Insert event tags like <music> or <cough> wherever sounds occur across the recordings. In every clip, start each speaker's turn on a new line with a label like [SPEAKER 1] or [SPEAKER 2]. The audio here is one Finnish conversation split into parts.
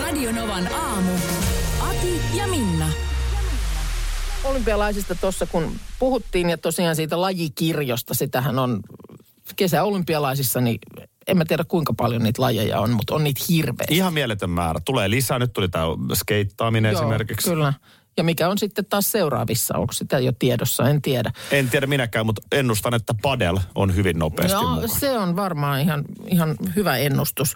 [SPEAKER 1] Radionovan aamu. Ati ja Minna.
[SPEAKER 2] Olympialaisista tuossa kun puhuttiin ja tosiaan siitä lajikirjosta, sitähän on kesäolympialaisissa, niin en mä tiedä kuinka paljon niitä lajeja on, mutta on niitä hirveästi.
[SPEAKER 3] Ihan mieletön määrä. Tulee lisää. Nyt tuli tämä skeittaaminen
[SPEAKER 2] Joo,
[SPEAKER 3] esimerkiksi.
[SPEAKER 2] Kyllä. Ja mikä on sitten taas seuraavissa, onko sitä jo tiedossa, en tiedä.
[SPEAKER 3] En tiedä minäkään, mutta ennustan, että padel on hyvin nopeasti no,
[SPEAKER 2] No
[SPEAKER 3] mukana. Se...
[SPEAKER 2] se on varmaan ihan, ihan hyvä ennustus.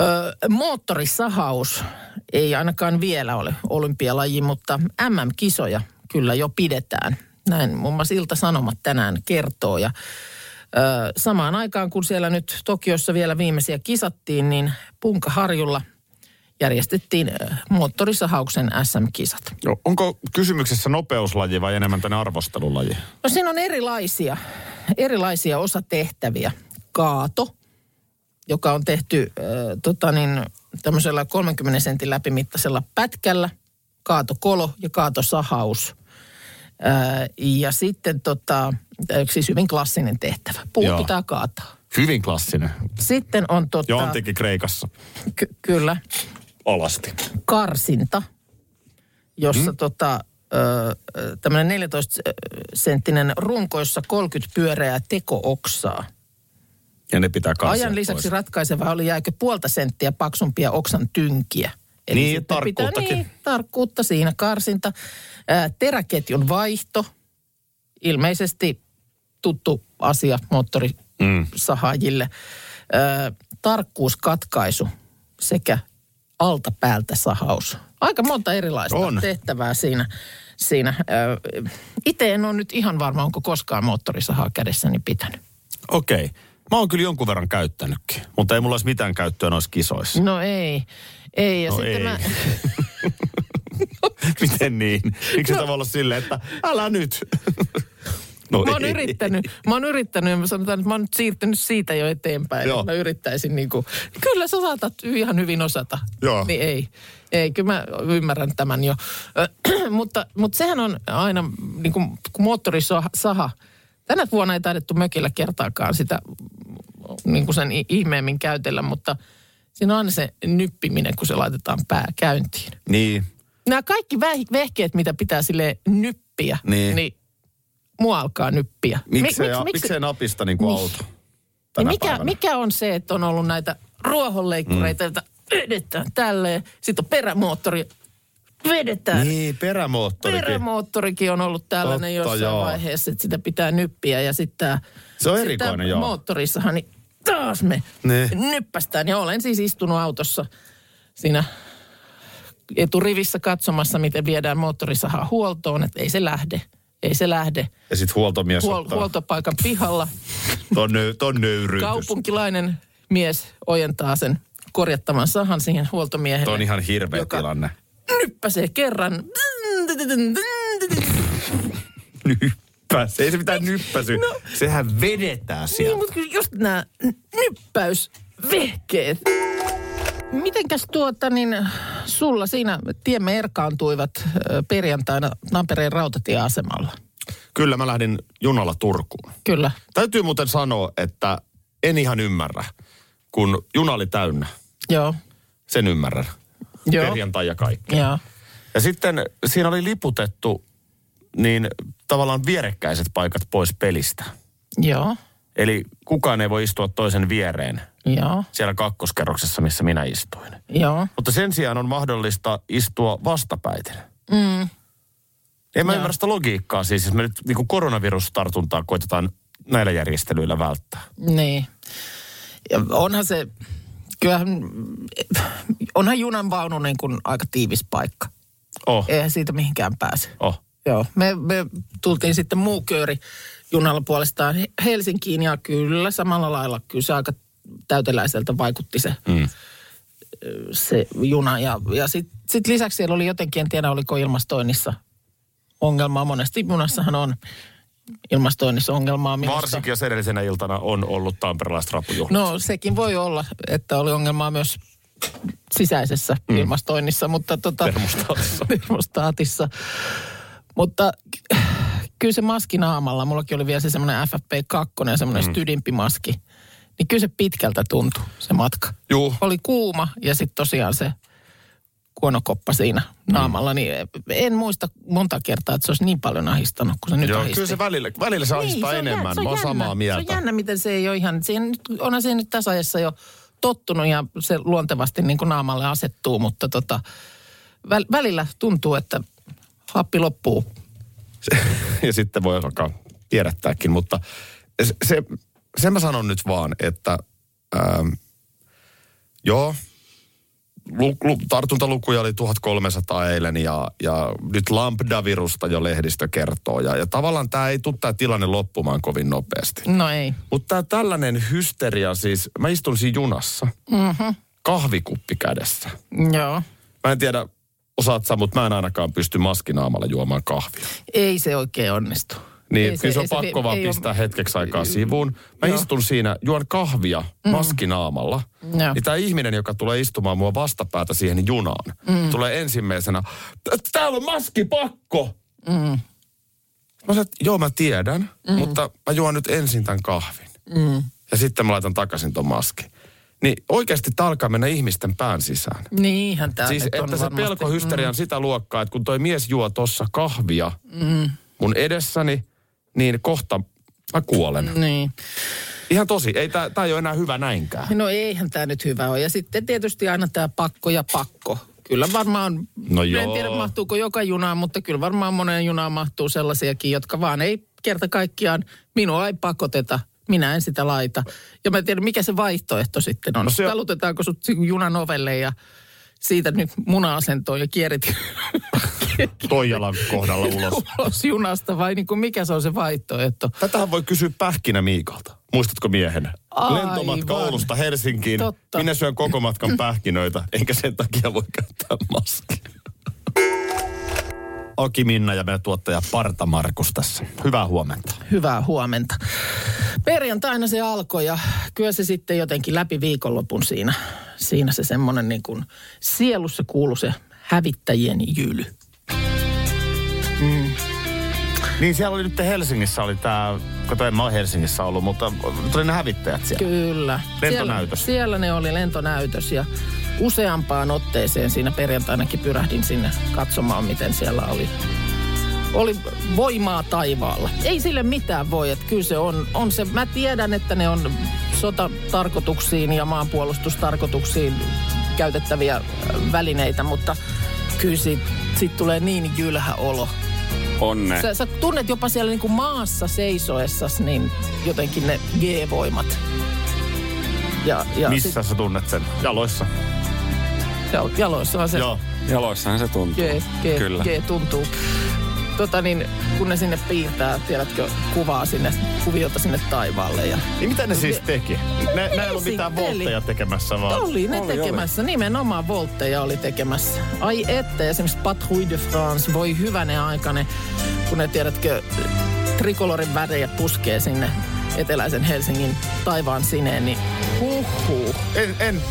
[SPEAKER 2] Ö, moottorisahaus ei ainakaan vielä ole olympialaji, mutta MM-kisoja kyllä jo pidetään. Näin muun muassa Ilta-Sanomat tänään kertoo. Ja, ö, samaan aikaan, kun siellä nyt Tokiossa vielä viimeisiä kisattiin, niin Punkaharjulla järjestettiin ö, moottorisahauksen SM-kisat.
[SPEAKER 3] No, onko kysymyksessä nopeuslaji vai enemmän tänne arvostelulaji?
[SPEAKER 2] No siinä on erilaisia, erilaisia osatehtäviä. Kaato, joka on tehty äh, tota niin, tämmöisellä 30 sentin läpimittaisella pätkällä, kaatokolo ja kaatosahaus. Äh, ja sitten tota, äh, siis hyvin klassinen tehtävä,
[SPEAKER 3] Joo.
[SPEAKER 2] puuttutaan kaataa.
[SPEAKER 3] Hyvin klassinen.
[SPEAKER 2] Sitten on tota,
[SPEAKER 3] Jo antiikin Kreikassa.
[SPEAKER 2] ky- kyllä,
[SPEAKER 3] Alasti.
[SPEAKER 2] karsinta, jossa mm. tota, tämmöinen 14-senttinen runko, jossa 30 pyöreää tekooksaa.
[SPEAKER 3] Ja ne pitää karsia
[SPEAKER 2] Ajan lisäksi
[SPEAKER 3] pois.
[SPEAKER 2] ratkaiseva oli jääkö puolta senttiä paksumpia oksan tynkiä.
[SPEAKER 3] Niin,
[SPEAKER 2] sitten
[SPEAKER 3] tarkkuuttakin.
[SPEAKER 2] Pitää, niin, tarkkuutta siinä karsinta. Ää, teräketjun vaihto, ilmeisesti tuttu asia
[SPEAKER 3] Mm.
[SPEAKER 2] moottorisahaajille. Ää, tarkkuuskatkaisu sekä altapäältä sahaus. Aika monta erilaista
[SPEAKER 3] On.
[SPEAKER 2] tehtävää siinä. siinä. Itse en ole nyt ihan varma, onko koskaan moottorisahaa kädessäni pitänyt.
[SPEAKER 3] Okei. Okay. Mä oon kyllä jonkun verran käyttänytkin, mutta ei mulla olisi mitään käyttöä noissa kisoissa.
[SPEAKER 2] No ei, ei. Ja
[SPEAKER 3] No
[SPEAKER 2] sitten
[SPEAKER 3] ei.
[SPEAKER 2] Mä, Mm.
[SPEAKER 3] <laughs> Miten niin? Miksi no. tavallaan olla silleen, että älä
[SPEAKER 2] <laughs>
[SPEAKER 3] nyt? <laughs> no
[SPEAKER 2] mä oon yrittänyt, mä oon yrittänyt ja mä sanotaan, että mä oon nyt siirtynyt siitä jo eteenpäin.
[SPEAKER 3] Joo.
[SPEAKER 2] Joo. Mä yrittäisin niin kuin, kyllä sä saatat ihan hyvin osata.
[SPEAKER 3] Joo.
[SPEAKER 2] Niin ei, ei, kyllä mä ymmärrän tämän jo. Ö, <clears throat> mutta, mutta sehän on aina niin kuin, kun moottorisaha. Tänä vuonna ei taidettu mökillä kertaakaan sitä niin kuin sen i- ihmeemmin käytellä, mutta siinä on aina se nyppiminen, kun se laitetaan pää käyntiin.
[SPEAKER 3] Niin.
[SPEAKER 2] Nämä kaikki väh- vehkeet, mitä pitää sille nyppiä, niin,
[SPEAKER 3] Niin.
[SPEAKER 2] niin mua alkaa nyppiä.
[SPEAKER 3] Miksei, miksi, miksi, miksei napista niin kuin niin.
[SPEAKER 2] Niin.
[SPEAKER 3] auto?
[SPEAKER 2] Ja
[SPEAKER 3] tänä
[SPEAKER 2] mikä,
[SPEAKER 3] päivänä?
[SPEAKER 2] mikä on se, että on ollut näitä ruohonleikkureita, mm. joita vedetään tälleen, sitten on perämoottori, vedetään. Niin.
[SPEAKER 3] Niin, perämoottorikin.
[SPEAKER 2] Perämoottorikin on ollut tällainen
[SPEAKER 3] Totta,
[SPEAKER 2] jossain
[SPEAKER 3] joo.
[SPEAKER 2] vaiheessa, että sitä pitää nyppiä ja sitten
[SPEAKER 3] Se on erikoinen, joo.
[SPEAKER 2] moottorissahan, niin taas me
[SPEAKER 3] Niin.
[SPEAKER 2] ne. nyppästään. Ja olen siis istunut autossa siinä eturivissä katsomassa, miten viedään moottorisahaa huoltoon, että ei se lähde, ei se lähde.
[SPEAKER 3] ja sitten huoltomies Huol,
[SPEAKER 2] Huol-
[SPEAKER 3] ottaa. Huolto.
[SPEAKER 2] huoltopaikan pihalla
[SPEAKER 3] Ton, nö, ton nöyryytys.
[SPEAKER 2] kaupunkilainen mies ojentaa sen korjattavan sahan siihen huoltomiehelle.
[SPEAKER 3] Toi on ihan hirveä joka... tilanne.
[SPEAKER 2] Nyppäsee kerran.
[SPEAKER 3] Nyppäs. Ei se mitään nyppäsy. No. Sehän vedetään
[SPEAKER 2] Niin,
[SPEAKER 3] sieltä.
[SPEAKER 2] mutta just nämä nyppäysvehkeet. Mitenkäs tuota, niin sulla siinä tiemme erkaantuivat ö, perjantaina Tampereen rautatieasemalla?
[SPEAKER 3] Kyllä mä lähdin junalla Turkuun.
[SPEAKER 2] Kyllä.
[SPEAKER 3] Täytyy muuten sanoa, että en ihan ymmärrä, kun juna oli täynnä.
[SPEAKER 2] Joo.
[SPEAKER 3] Sen ymmärrän.
[SPEAKER 2] Joo.
[SPEAKER 3] Perjantai ja kaikki.
[SPEAKER 2] Joo.
[SPEAKER 3] Ja sitten siinä oli liputettu niin tavallaan vierekkäiset paikat pois pelistä.
[SPEAKER 2] Joo.
[SPEAKER 3] Eli kukaan ei voi istua toisen viereen
[SPEAKER 2] Joo.
[SPEAKER 3] siellä kakkoskerroksessa, missä minä istuin.
[SPEAKER 2] Joo.
[SPEAKER 3] Mutta sen sijaan on mahdollista istua vastapäiten. Mm. En mä ymmärrä sitä logiikkaa siis, jos me nyt niin koronavirustartuntaa koitetaan näillä järjestelyillä välttää.
[SPEAKER 2] Niin. Ja onhan se, kyllähän, onhan junan vaunu niin kuin aika tiivis paikka.
[SPEAKER 3] Oh,
[SPEAKER 2] Eihän siitä mihinkään pääse.
[SPEAKER 3] oh.
[SPEAKER 2] Joo, me, me tultiin sitten muu kööri junalla puolestaan He- Helsinkiin ja kyllä samalla lailla kyllä se aika täyteläiseltä vaikutti se mm. se juna. Ja, ja sitten sit lisäksi siellä oli jotenkin, en tiedä oliko ilmastoinnissa ongelmaa. Monesti junassahan on ilmastoinnissa ongelmaa. minusta.
[SPEAKER 3] Varsinkin jos edellisenä iltana on ollut tamperelaiset rappujuhlat.
[SPEAKER 2] No sekin voi olla, että oli ongelmaa myös sisäisessä mm. ilmastoinnissa, mutta tota,
[SPEAKER 3] Termostaatissa.
[SPEAKER 2] <laughs> termostaatissa. Mutta k- kyllä se maski naamalla, mullakin oli vielä se semmoinen FFP2 ja semmoinen mm. stydimpi maski, niin kyllä se pitkältä tuntui se matka.
[SPEAKER 3] Juu.
[SPEAKER 2] Oli kuuma ja sitten tosiaan se kuonokoppa siinä
[SPEAKER 3] Mm.
[SPEAKER 2] naamalla, niin en muista monta kertaa, että se olisi niin paljon ahistanut kuin se nyt
[SPEAKER 3] Joo,
[SPEAKER 2] ahisti.
[SPEAKER 3] kyllä se välillä, välillä se ahistaa
[SPEAKER 2] Niin, se on jä-
[SPEAKER 3] enemmän.
[SPEAKER 2] se on
[SPEAKER 3] Mä oon
[SPEAKER 2] jännä.
[SPEAKER 3] samaa
[SPEAKER 2] Se on
[SPEAKER 3] mieltä.
[SPEAKER 2] jännä, miten se ei ole ihan, siihen, nyt- onhan se nyt tässä ajassa jo tottunut ja se luontevasti niin kuin naamalle asettuu, mutta tota, väl, välillä tuntuu, että happi loppuu.
[SPEAKER 3] <laughs> ja sitten voi alkaa tiedättääkin, mutta se, se, sen mä sanon nyt vaan, että ähm, joo, lu, lu, tartuntalukuja oli 1300 eilen ja, ja nyt lambda-virusta jo lehdistö kertoo ja, ja tavallaan tämä ei tule tämä tilanne loppumaan kovin nopeasti.
[SPEAKER 2] No ei.
[SPEAKER 3] Mutta tämä tällainen hysteria siis, mä istun siinä junassa, mm-hmm. kahvikuppi kädessä.
[SPEAKER 2] Joo.
[SPEAKER 3] Mä en tiedä, osaat sä, mutta mä en ainakaan pysty maskinaamalla juomaan kahvia.
[SPEAKER 2] Ei se oikein onnistu.
[SPEAKER 3] Niin,
[SPEAKER 2] Ei
[SPEAKER 3] ei, kyllä se on
[SPEAKER 2] ei
[SPEAKER 3] pakko vaan
[SPEAKER 2] ei
[SPEAKER 3] pistää hetkeksi aikaa sivuun. Mä Joo. istun siinä, juon kahvia mm. maskinaamalla.
[SPEAKER 2] Joo.
[SPEAKER 3] Niin tämä ihminen, joka tulee istumaan mua vastapäätä siihen junaan, mm. tulee ensimmäisenä, "T- täällä on maskipakko! Mm. Mä sanoin, että joo mä tiedän, mm. mutta mä juon nyt ensin tämän kahvin. Mm. Ja sitten mä laitan takaisin ton maskin. Niin oikeasti tää alkaa mennä ihmisten pään sisään.
[SPEAKER 2] Ole. Niinhän tämä
[SPEAKER 3] Siis
[SPEAKER 2] nyt on
[SPEAKER 3] että se
[SPEAKER 2] varmasti. Mm.
[SPEAKER 3] pelkohysteria on sitä luokkaa, että kun toi mies juo tossa kahvia
[SPEAKER 2] Mm.
[SPEAKER 3] mun edessäni, niin kohta mä kuolen.
[SPEAKER 2] Niin.
[SPEAKER 3] Ihan tosi, ei tää, tää ei ole enää hyvä näinkään.
[SPEAKER 2] No eihän tämä nyt hyvä ole. Ja sitten tietysti aina tämä pakko ja pakko. Kyllä varmaan,
[SPEAKER 3] No
[SPEAKER 2] en
[SPEAKER 3] joo.
[SPEAKER 2] tiedä mahtuuko joka junaan, mutta kyllä varmaan moneen junaan mahtuu sellaisiakin, jotka vaan ei kerta kaikkiaan, minua ei pakoteta, minä en sitä laita. Ja mä en tiedä, mikä se vaihtoehto sitten on. No
[SPEAKER 3] No
[SPEAKER 2] se...
[SPEAKER 3] se-
[SPEAKER 2] Talutetaanko sut sinne junan ovelle ja siitä nyt muna-asentoon ja kierit <laughs>
[SPEAKER 3] Toijalan kohdalla ulos.
[SPEAKER 2] ulos junasta vai niin kuin mikä se on se vaihtoehto?
[SPEAKER 3] Tätähän voi kysyä pähkinä Miikalta. Muistatko miehenä?
[SPEAKER 2] Aivan.
[SPEAKER 3] Lentomatka Oulusta Helsinkiin.
[SPEAKER 2] Totta.
[SPEAKER 3] Minä syön koko matkan pähkinöitä, enkä sen takia voi käyttää maskia. Aki Minna ja meidän tuottaja Parta Markus tässä. Hyvää huomenta.
[SPEAKER 2] Hyvää huomenta. Perjantaina se alkoi ja kyllä se sitten jotenkin läpi viikonlopun siinä, siinä se semmoinen niin kuin sielussa kuului se hävittäjien jyly.
[SPEAKER 3] Niin siellä oli nyt Helsingissä oli tämä, kato en mä ole Helsingissä ollut, mutta tuli ne hävittäjät siellä.
[SPEAKER 2] Kyllä.
[SPEAKER 3] Lentonäytös.
[SPEAKER 2] Siellä, siellä ne oli lentonäytös ja useampaan otteeseen siinä perjantainakin pyrähdin sinne katsomaan, miten siellä oli. Oli voimaa taivaalla. Ei sille mitään voi, että kyllä se on, on se. Mä tiedän, että ne on sotatarkoituksiin ja maanpuolustustarkoituksiin käytettäviä äh, välineitä, mutta kyllä siitä, siitä tulee niin jylhä olo.
[SPEAKER 4] Onne.
[SPEAKER 2] Sä, sä tunnet jopa siellä niin kuin maassa seisoessas, niin jotenkin ne G-voimat. Ja, ja
[SPEAKER 3] Missä sä tunnet sen? Jaloissa.
[SPEAKER 2] Sit, ja, jaloissa on se
[SPEAKER 3] Joo.
[SPEAKER 4] Jaloissahan se
[SPEAKER 2] G,
[SPEAKER 4] tuntuu.
[SPEAKER 2] G,
[SPEAKER 4] Kyllä.
[SPEAKER 2] G tuntuu. Tota niin, kun ne sinne piirtää, tiedätkö, kuvaa sinne, kuviota sinne taivaalle. Ja
[SPEAKER 3] Niin mitä ne siis teki? Ne, ne ei ollut mitään
[SPEAKER 2] Esitteli.
[SPEAKER 3] voltteja tekemässä vaan.
[SPEAKER 2] oli ne
[SPEAKER 4] oli,
[SPEAKER 2] tekemässä, nimenomaan voltteja oli tekemässä. Ai että, esimerkiksi Patrouille de France, voi hyvänen aikane, kun ne tiedätkö, trikolorin värejä puskee sinne eteläisen Helsingin taivaan sineen, niin huhhuh.
[SPEAKER 3] En, en,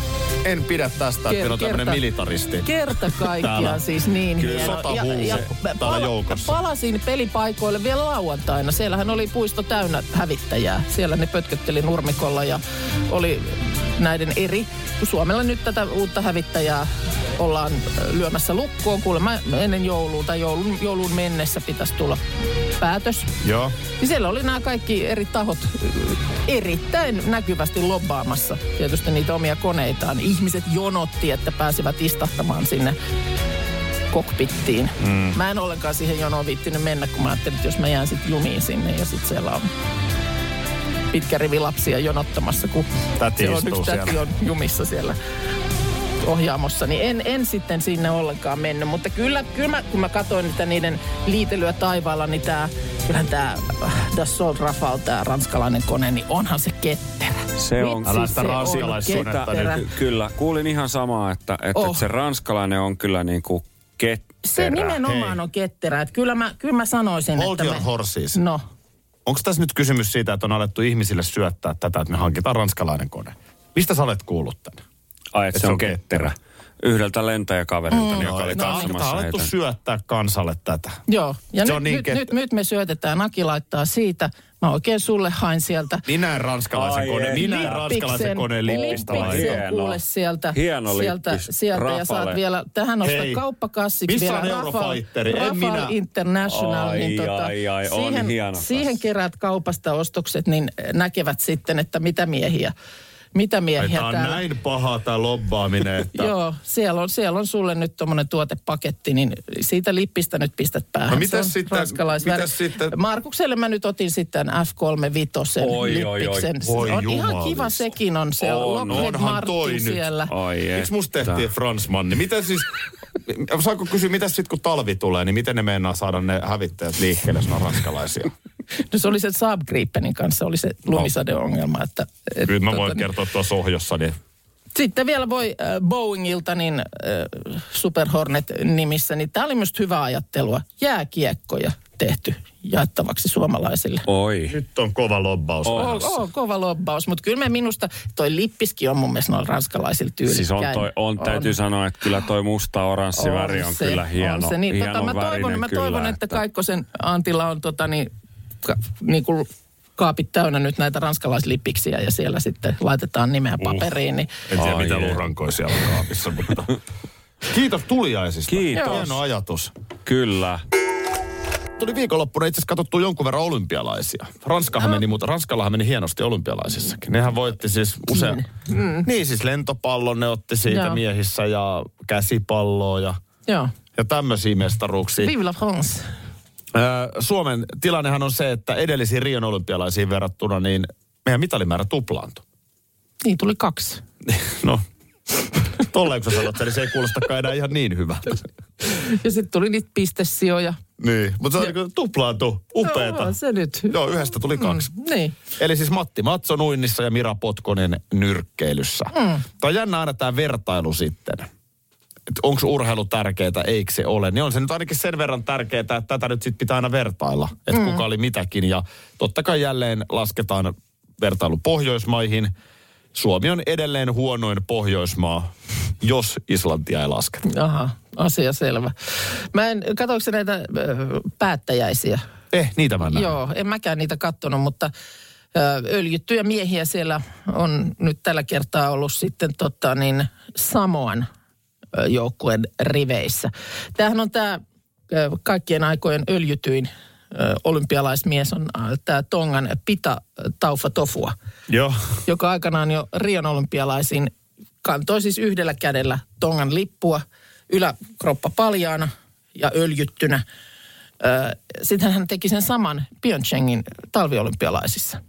[SPEAKER 3] en pidä tästä, että meillä on tämmöinen
[SPEAKER 2] kerta-
[SPEAKER 3] militaristi.
[SPEAKER 2] Kerta
[SPEAKER 3] Täällä.
[SPEAKER 2] kaikkiaan siis niin
[SPEAKER 3] Kyllä sota huusi täällä joukossa.
[SPEAKER 2] palasin pelipaikoille vielä lauantaina. Siellähän oli puisto täynnä hävittäjää. Siellä ne pötkötteli nurmikolla ja oli näiden eri. Suomella nyt tätä uutta hävittäjää ollaan ö, lyömässä lukkoon. Kuulemma ennen joulua tai joulun, joulun mennessä pitäisi tulla päätös.
[SPEAKER 3] Joo.
[SPEAKER 2] Niin siellä oli nämä kaikki eri tahot ö, erittäin näkyvästi lobbaamassa tietysti niitä omia koneitaan. Ihmiset jonotti, että pääsivät istahtamaan sinne kokpittiin. Mm. Mä en ollenkaan siihen jonoon viittinyt mennä, kun mä ajattelin, että jos mä jään sitten jumiin sinne ja sitten siellä on pitkä rivi lapsia jonottamassa, kun
[SPEAKER 3] Täti
[SPEAKER 2] siellä on
[SPEAKER 3] istuu
[SPEAKER 2] yksi täti
[SPEAKER 3] siellä.
[SPEAKER 2] on jumissa siellä ohjaamossa, niin en, en sitten sinne ollenkaan mennyt. Mutta kyllä, kyllä mä, kun mä katsoin niitä niiden liitelyä taivaalla, niin tää, äh, kyllähän tämä Dassault Rafale, tämä ranskalainen kone, niin onhan se ketterä.
[SPEAKER 4] Se on
[SPEAKER 2] Vitsi,
[SPEAKER 4] kyllä.
[SPEAKER 3] Älä
[SPEAKER 2] se
[SPEAKER 3] sitä
[SPEAKER 2] on
[SPEAKER 3] raasialaissuhdetta
[SPEAKER 2] ketterä.
[SPEAKER 4] Ky- Kyllä, kuulin ihan samaa, että, että
[SPEAKER 2] Oh.
[SPEAKER 4] oh. se ranskalainen on kyllä niin kuin ketterä.
[SPEAKER 2] Se nimenomaan
[SPEAKER 3] Hei.
[SPEAKER 2] on ketterä. Että kyllä, mä, kyllä mä sanoisin,
[SPEAKER 3] Hold
[SPEAKER 2] että...
[SPEAKER 3] your
[SPEAKER 2] me-
[SPEAKER 3] horses.
[SPEAKER 2] No,
[SPEAKER 3] Onko tässä nyt kysymys siitä, että on alettu ihmisille syöttää tätä, että me hankitaan ranskalainen kone? Mistä sä olet kuullut tämän?
[SPEAKER 4] Ai, että se on ketterä. Yhdeltä lentäjäkaverilta, mm. joka
[SPEAKER 2] No,
[SPEAKER 4] oli
[SPEAKER 3] Tämä on
[SPEAKER 4] katsomassa
[SPEAKER 3] alettu
[SPEAKER 4] heitä.
[SPEAKER 3] syöttää kansalle tätä.
[SPEAKER 2] joo. Ja
[SPEAKER 3] Se
[SPEAKER 2] nyt,
[SPEAKER 3] on niin
[SPEAKER 2] nyt,
[SPEAKER 3] ketterä.
[SPEAKER 2] nyt, nyt me syötetään, Aki laittaa siitä. Mä oikein sulle hain sieltä.
[SPEAKER 3] Minä näen ranskalaisen
[SPEAKER 4] Ai
[SPEAKER 3] koneen,
[SPEAKER 4] ei.
[SPEAKER 3] minä näen ranskalaisen koneen lippistä
[SPEAKER 2] Lippiksen
[SPEAKER 3] laittaa.
[SPEAKER 4] Niin, Hieno.
[SPEAKER 2] kuule sieltä.
[SPEAKER 4] Hieno
[SPEAKER 2] sieltä,
[SPEAKER 4] lippis.
[SPEAKER 2] sieltä ja
[SPEAKER 4] Rafale.
[SPEAKER 2] saat vielä, tähän on
[SPEAKER 3] Hei.
[SPEAKER 2] sitä kauppakassiksi
[SPEAKER 3] Missä
[SPEAKER 2] vielä.
[SPEAKER 3] on Eurofighteri? En
[SPEAKER 2] Rafale
[SPEAKER 3] minä.
[SPEAKER 2] International.
[SPEAKER 4] Ai,
[SPEAKER 2] niin tota,
[SPEAKER 4] ai, ai, on
[SPEAKER 2] siihen,
[SPEAKER 4] hieno kassa.
[SPEAKER 2] siihen keräät kaupasta ostokset, niin näkevät sitten, että mitä miehiä. Mitä miehiä
[SPEAKER 3] Tämä on
[SPEAKER 2] täällä-
[SPEAKER 3] näin paha tämä lobbaaminen,
[SPEAKER 2] <laughs>
[SPEAKER 3] että...
[SPEAKER 2] Joo, siellä on, siellä on sulle nyt tuommoinen tuotepaketti, niin siitä lippistä nyt pistät päähän.
[SPEAKER 3] No mitäs
[SPEAKER 2] Se on
[SPEAKER 3] sitten-
[SPEAKER 2] ranskalaisväri.
[SPEAKER 3] mitäs sitten-
[SPEAKER 2] Markukselle mä nyt otin sitten F35
[SPEAKER 4] Oi, oi, oi.
[SPEAKER 2] lippiksen.
[SPEAKER 3] Voi
[SPEAKER 2] on ihan
[SPEAKER 3] jumalista.
[SPEAKER 2] kiva sekin on se.
[SPEAKER 4] On,
[SPEAKER 2] On, Lockheed
[SPEAKER 3] onhan
[SPEAKER 2] Martin
[SPEAKER 3] toi nyt.
[SPEAKER 2] siellä.
[SPEAKER 4] Ai,
[SPEAKER 3] Miksi musta
[SPEAKER 4] että.
[SPEAKER 3] tehtiin Fransmanni? Miten siis, saako kysyä, mitä sitten kun talvi tulee, niin miten ne meinaa saada ne hävittäjät liikkeelle, jos ne on ranskalaisia?
[SPEAKER 2] <laughs> No se oli se Saab Gripenin kanssa, oli se lumisadeongelma. Että, että
[SPEAKER 3] Kyllä mä
[SPEAKER 2] tota
[SPEAKER 3] voin
[SPEAKER 2] niin.
[SPEAKER 3] kertoa tuossa ohjossa, niin
[SPEAKER 2] Sitten vielä voi äh, Boeingilta, niin äh, Super Hornet nimissä, niin tämä oli myös hyvää ajattelua. Jääkiekkoja tehty jaettavaksi suomalaisille.
[SPEAKER 4] Oi.
[SPEAKER 3] nyt on kova lobbaus.
[SPEAKER 4] On.
[SPEAKER 3] menossa.
[SPEAKER 2] Oo, oo, kova lobbaus, mutta kyllä me minusta, toi lippiskin on mun mielestä noilla ranskalaisilla tyylikkäin.
[SPEAKER 4] Siis on, toi, on, täytyy sanoa, että kyllä toi musta oranssi väri on
[SPEAKER 2] se,
[SPEAKER 4] kyllä hieno,
[SPEAKER 2] on se. Niin,
[SPEAKER 4] hieno
[SPEAKER 2] tota, mä toivon,
[SPEAKER 4] värinen
[SPEAKER 2] mä
[SPEAKER 4] kyllä,
[SPEAKER 2] toivon että Kaikkosen Antilla on tota, niin, ka, niin kuin kaapit täynnä nyt näitä ranskalaislipiksiä ja siellä sitten laitetaan nimeä paperiin. Niin,
[SPEAKER 3] En tiedä,
[SPEAKER 4] Ai
[SPEAKER 3] mitä
[SPEAKER 4] ei.
[SPEAKER 3] luurankoja siellä on kaapissa, mutta...
[SPEAKER 4] <laughs>
[SPEAKER 3] Kiitos tuliaisista.
[SPEAKER 4] Kiitos.
[SPEAKER 3] Hieno ajatus.
[SPEAKER 4] Kyllä.
[SPEAKER 3] Tuli viikonloppuna itse asiassa katsottu jonkun verran olympialaisia. Ranskahan meni, mutta Ranskallahan meni hienosti olympialaisissakin. Nehän voitti siis usein. Mm. Niin siis lentopallon ne otti siitä
[SPEAKER 2] Joo.
[SPEAKER 3] miehissä ja käsipalloa ja,
[SPEAKER 2] joo.
[SPEAKER 3] ja tämmöisiä mestaruuksia.
[SPEAKER 2] Vive la France.
[SPEAKER 3] Ö, Suomen tilannehan on se, että edellisiin Rion olympialaisiin verrattuna niin meidän mitalimäärä tuplaantui. <laughs>
[SPEAKER 2] Niin tuli kaksi.
[SPEAKER 3] No, tolleen kun sä sanot sen, niin se ei kuulostakaan enää ihan niin hyvältä.
[SPEAKER 2] Ja sitten tuli niitä pistesijoja.
[SPEAKER 3] Niin, mutta se on niin tuplaantu, upeeta.
[SPEAKER 2] Joo, se nyt.
[SPEAKER 3] Joo, yhdestä tuli kaksi.
[SPEAKER 2] Mm, niin.
[SPEAKER 3] Eli siis Matti Matson uinnissa ja Mira Potkonen nyrkkeilyssä. Mm. Tämä on jännä aina tämä vertailu sitten. Onko urheilu tärkeää, eikö se ole? Niin on se nyt ainakin sen verran tärkeää, että tätä nyt sitten pitää aina vertailla. Että mm. kuka oli mitäkin. Ja totta kai jälleen lasketaan vertailu Pohjoismaihin. Suomi on edelleen huonoin Pohjoismaa, jos Islantia ei lasketa.
[SPEAKER 2] Aha, asia selvä. Mä en, katoinko sä näitä ö, päättäjäisiä?
[SPEAKER 3] Eh, niitä mä en näe.
[SPEAKER 2] Joo, en mäkään niitä kattonut, mutta ö, öljyttyjä miehiä siellä on nyt tällä kertaa ollut sitten tota, niin Samoan ö, joukkueen riveissä. Tämähän on tämä kaikkien aikojen öljytyin ö, olympialaismies on tämä Tongan Pita Taufa Tofua
[SPEAKER 3] Joo.
[SPEAKER 2] joka aikanaan jo Rion olympialaisiin kantoi siis yhdellä kädellä Tongan lippua, yläkroppa paljaana ja öljyttynä. Ö, Sitten hän teki sen saman Pyeongchangin talviolympialaisissa.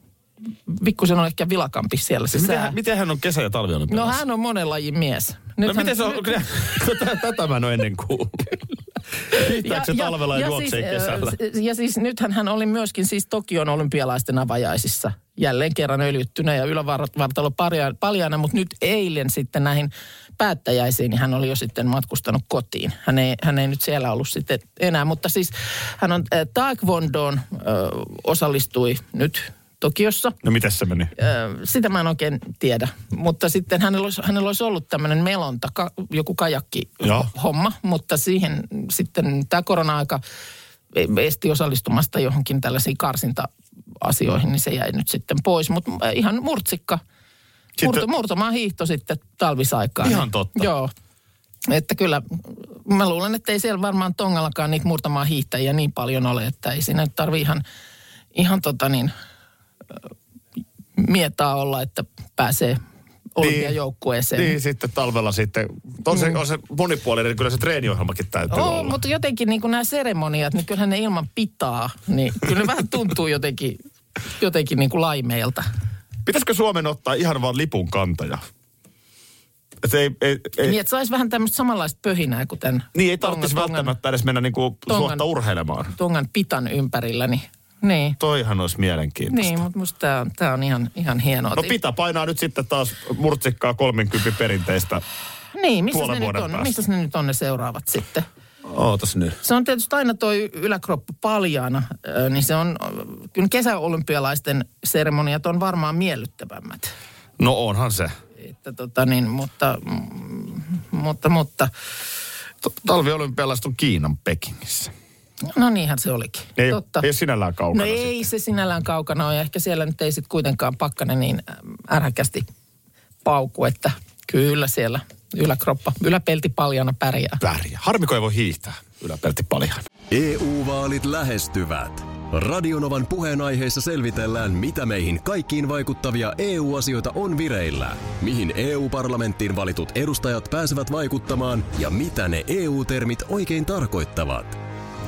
[SPEAKER 2] Pikkusen on ehkä vilakampi siellä se
[SPEAKER 3] Miten,
[SPEAKER 2] sää.
[SPEAKER 3] hän- miten hän on kesä- ja
[SPEAKER 2] No
[SPEAKER 3] talviolympialaisissa?
[SPEAKER 2] hän on monen lajin mies.
[SPEAKER 3] No
[SPEAKER 2] Nythän-
[SPEAKER 3] miten se on?
[SPEAKER 2] nyt-
[SPEAKER 3] Tätä- Tätä mä en ole ennen kuullut. Hiihtääkö se talvella ja juoksee
[SPEAKER 2] siis,
[SPEAKER 3] kesällä?
[SPEAKER 2] ö, s- Ja siis nythän hän oli myöskin siis Tokion olympialaisten avajaisissa jälleen kerran öljyttynä ja ylävartalo parja- paljaana, mutta nyt eilen sitten näihin päättäjäisiin niin hän oli jo sitten matkustanut kotiin. Hän ei, hän ei nyt siellä ollut sitten enää, mutta siis hän on äh, Taekwondoon äh, osallistui nyt Tokiossa –
[SPEAKER 3] No mitäs se meni?
[SPEAKER 2] Ö, sitä mä en oikein tiedä. Mutta sitten hänellä olisi, hänellä olisi ollut tämmöinen melonta, ka, joku
[SPEAKER 3] Joo.
[SPEAKER 2] kajakki-homma, mutta siihen sitten tämä korona-aika esti osallistumasta johonkin tällaisiin karsinta-asioihin, niin se jäi nyt sitten pois. Mutta ihan murtsikka,
[SPEAKER 3] Sitten-
[SPEAKER 2] sitten... murto, murtomaan hiihto sitten talvisaikaan.
[SPEAKER 3] Ihan totta.
[SPEAKER 2] Joo. Että kyllä, mä luulen, että ei siellä varmaan Tongallakaan niitä murtamaan hiihtäjiä niin paljon ole, että ei siinä nyt tarvi ihan, ihan tota niin, ö, mietaa olla, että pääsee olympiajoukkueeseen.
[SPEAKER 3] Niin, sitten talvella sitten. On se, on se monipuolinen, niin kyllä se treeniohjelmakin täytyy
[SPEAKER 2] Oo,
[SPEAKER 3] olla.
[SPEAKER 2] mutta jotenkin niin kuin nämä seremoniat, niin kyllähän ne ilman pitaa, niin kyllä ne vähän tuntuu jotenkin, jotenkin niin kuin laimeilta.
[SPEAKER 3] Pitäisikö Suomen ottaa ihan vaan lipun kantaja? se ei, ei, ei,
[SPEAKER 2] Niin, että saisi vähän tämmöistä samanlaista pöhinää kuin tämän
[SPEAKER 3] niin ei tarvitsisi
[SPEAKER 2] tongan- tongan-
[SPEAKER 3] välttämättä edes mennä niinku suotta urheilemaan.
[SPEAKER 2] Tongan pitan ympärillä, niin, niin,
[SPEAKER 3] Toihan olisi mielenkiintoista.
[SPEAKER 2] niin mutta musta tämä on, tää on ihan, ihan hienoa.
[SPEAKER 3] No pita painaa nyt sitten taas murtsikkaa 30 perinteistä.
[SPEAKER 2] niin, missä
[SPEAKER 3] puolen
[SPEAKER 2] ne, nyt
[SPEAKER 3] vuoden
[SPEAKER 2] on,
[SPEAKER 3] päästä.
[SPEAKER 2] missäs ne nyt on ne seuraavat sitten?
[SPEAKER 3] Ootas nyt.
[SPEAKER 2] Se on tietysti aina toi yläkroppu paljaana, ö, niin se on, ö, kyllä kesäolympialaisten seremoniat on varmaan miellyttävämmät.
[SPEAKER 3] No onhan se.
[SPEAKER 2] Että tota niin, mutta, mm, mutta, mutta,
[SPEAKER 3] T- Talviolympialaiset on Kiinan Pekingissä.
[SPEAKER 2] no niinhän se olikin.
[SPEAKER 3] Ei,
[SPEAKER 2] Totta.
[SPEAKER 3] ei ole sinällään kaukana.
[SPEAKER 2] no ei se sinällään kaukana ole, ja ehkä siellä nyt ei sitten kuitenkaan pakkane niin ärhäkästi pauku, että kyllä siellä yläkroppa, yläpelti paljana pärjää.
[SPEAKER 3] Pärjää. Harmiko ei voi hiihtää yläpelti paljon.
[SPEAKER 5] EU-vaalit E lähestyvät. Radionovan puheenaiheessa selvitellään, mitä meihin kaikkiin vaikuttavia EU-asioita on vireillä, mihin EU-parlamenttiin valitut edustajat pääsevät vaikuttamaan ja mitä ne EU-termit oikein tarkoittavat.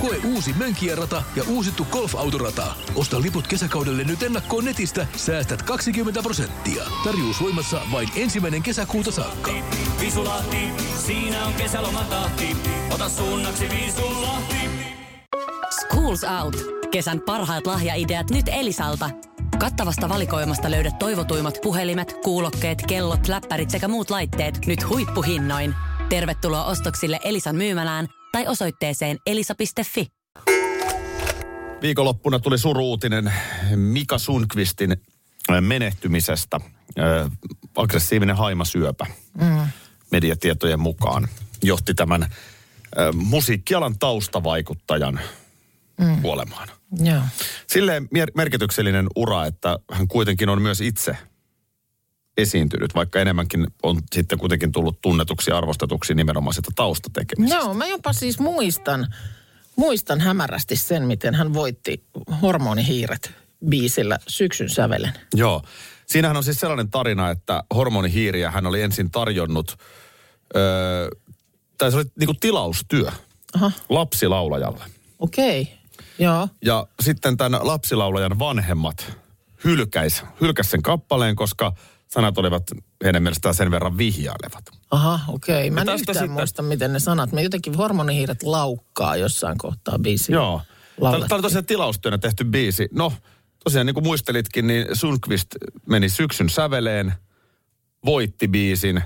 [SPEAKER 6] Koe uusi Mönkijärata ja uusittu golfautorata. Osta liput kesäkaudelle nyt ennakkoon netistä, säästät 20 prosenttia. Tarjous voimassa vain ensimmäinen kesäkuuta saakka.
[SPEAKER 7] Visulahti, siinä on kesälomatahti. Ota suunnaksi Visulahti.
[SPEAKER 8] Schools Out. Kesän parhaat lahjaideat nyt Elisalta. Kattavasta valikoimasta löydät toivotuimmat puhelimet, kuulokkeet, kellot, läppärit sekä muut laitteet nyt huippuhinnoin. Tervetuloa ostoksille Elisan myymälään tai osoitteeseen elisa.fi.
[SPEAKER 3] Viikonloppuna tuli suruutinen Mika Sundqvistin äh, menehtymisestä. Äh, Aggressiivinen haimasyöpä mm. mediatietojen mukaan johti tämän äh, musiikkialan taustavaikuttajan mm. kuolemaan.
[SPEAKER 2] Joo.
[SPEAKER 3] Silleen mer- merkityksellinen ura, että hän kuitenkin on myös itse esiintynyt, vaikka enemmänkin on sitten kuitenkin tullut tunnetuksi ja arvostetuksi nimenomaan sitä taustatekemisestä.
[SPEAKER 2] Joo, mä jopa siis muistan, muistan hämärästi sen, miten hän voitti hormonihiiret biisillä Syksyn sävelen.
[SPEAKER 3] Joo. Siinähän on siis sellainen tarina, että hormonihiiriä hän oli ensin tarjonnut, öö, tai se oli niinku tilaustyö
[SPEAKER 2] Aha.
[SPEAKER 3] lapsilaulajalle.
[SPEAKER 2] Okei, okay. joo.
[SPEAKER 3] Ja sitten tämän lapsilaulajan vanhemmat hylkäis, hylkäs sen kappaleen, koska sanat olivat heidän mielestään sen verran vihjailevat.
[SPEAKER 2] Aha, okei. Okay. Mä en
[SPEAKER 3] tästä
[SPEAKER 2] yhtään
[SPEAKER 3] sitten-
[SPEAKER 2] muista, miten ne sanat. Me jotenkin hormonihiiret laukkaa jossain kohtaa biisiä.
[SPEAKER 3] Joo. Tämä
[SPEAKER 2] Laulettiin.
[SPEAKER 3] oli tosiaan tilaustyönä tehty biisi. No, tosiaan niin kuin muistelitkin, niin Sundqvist meni syksyn säveleen, voitti biisin,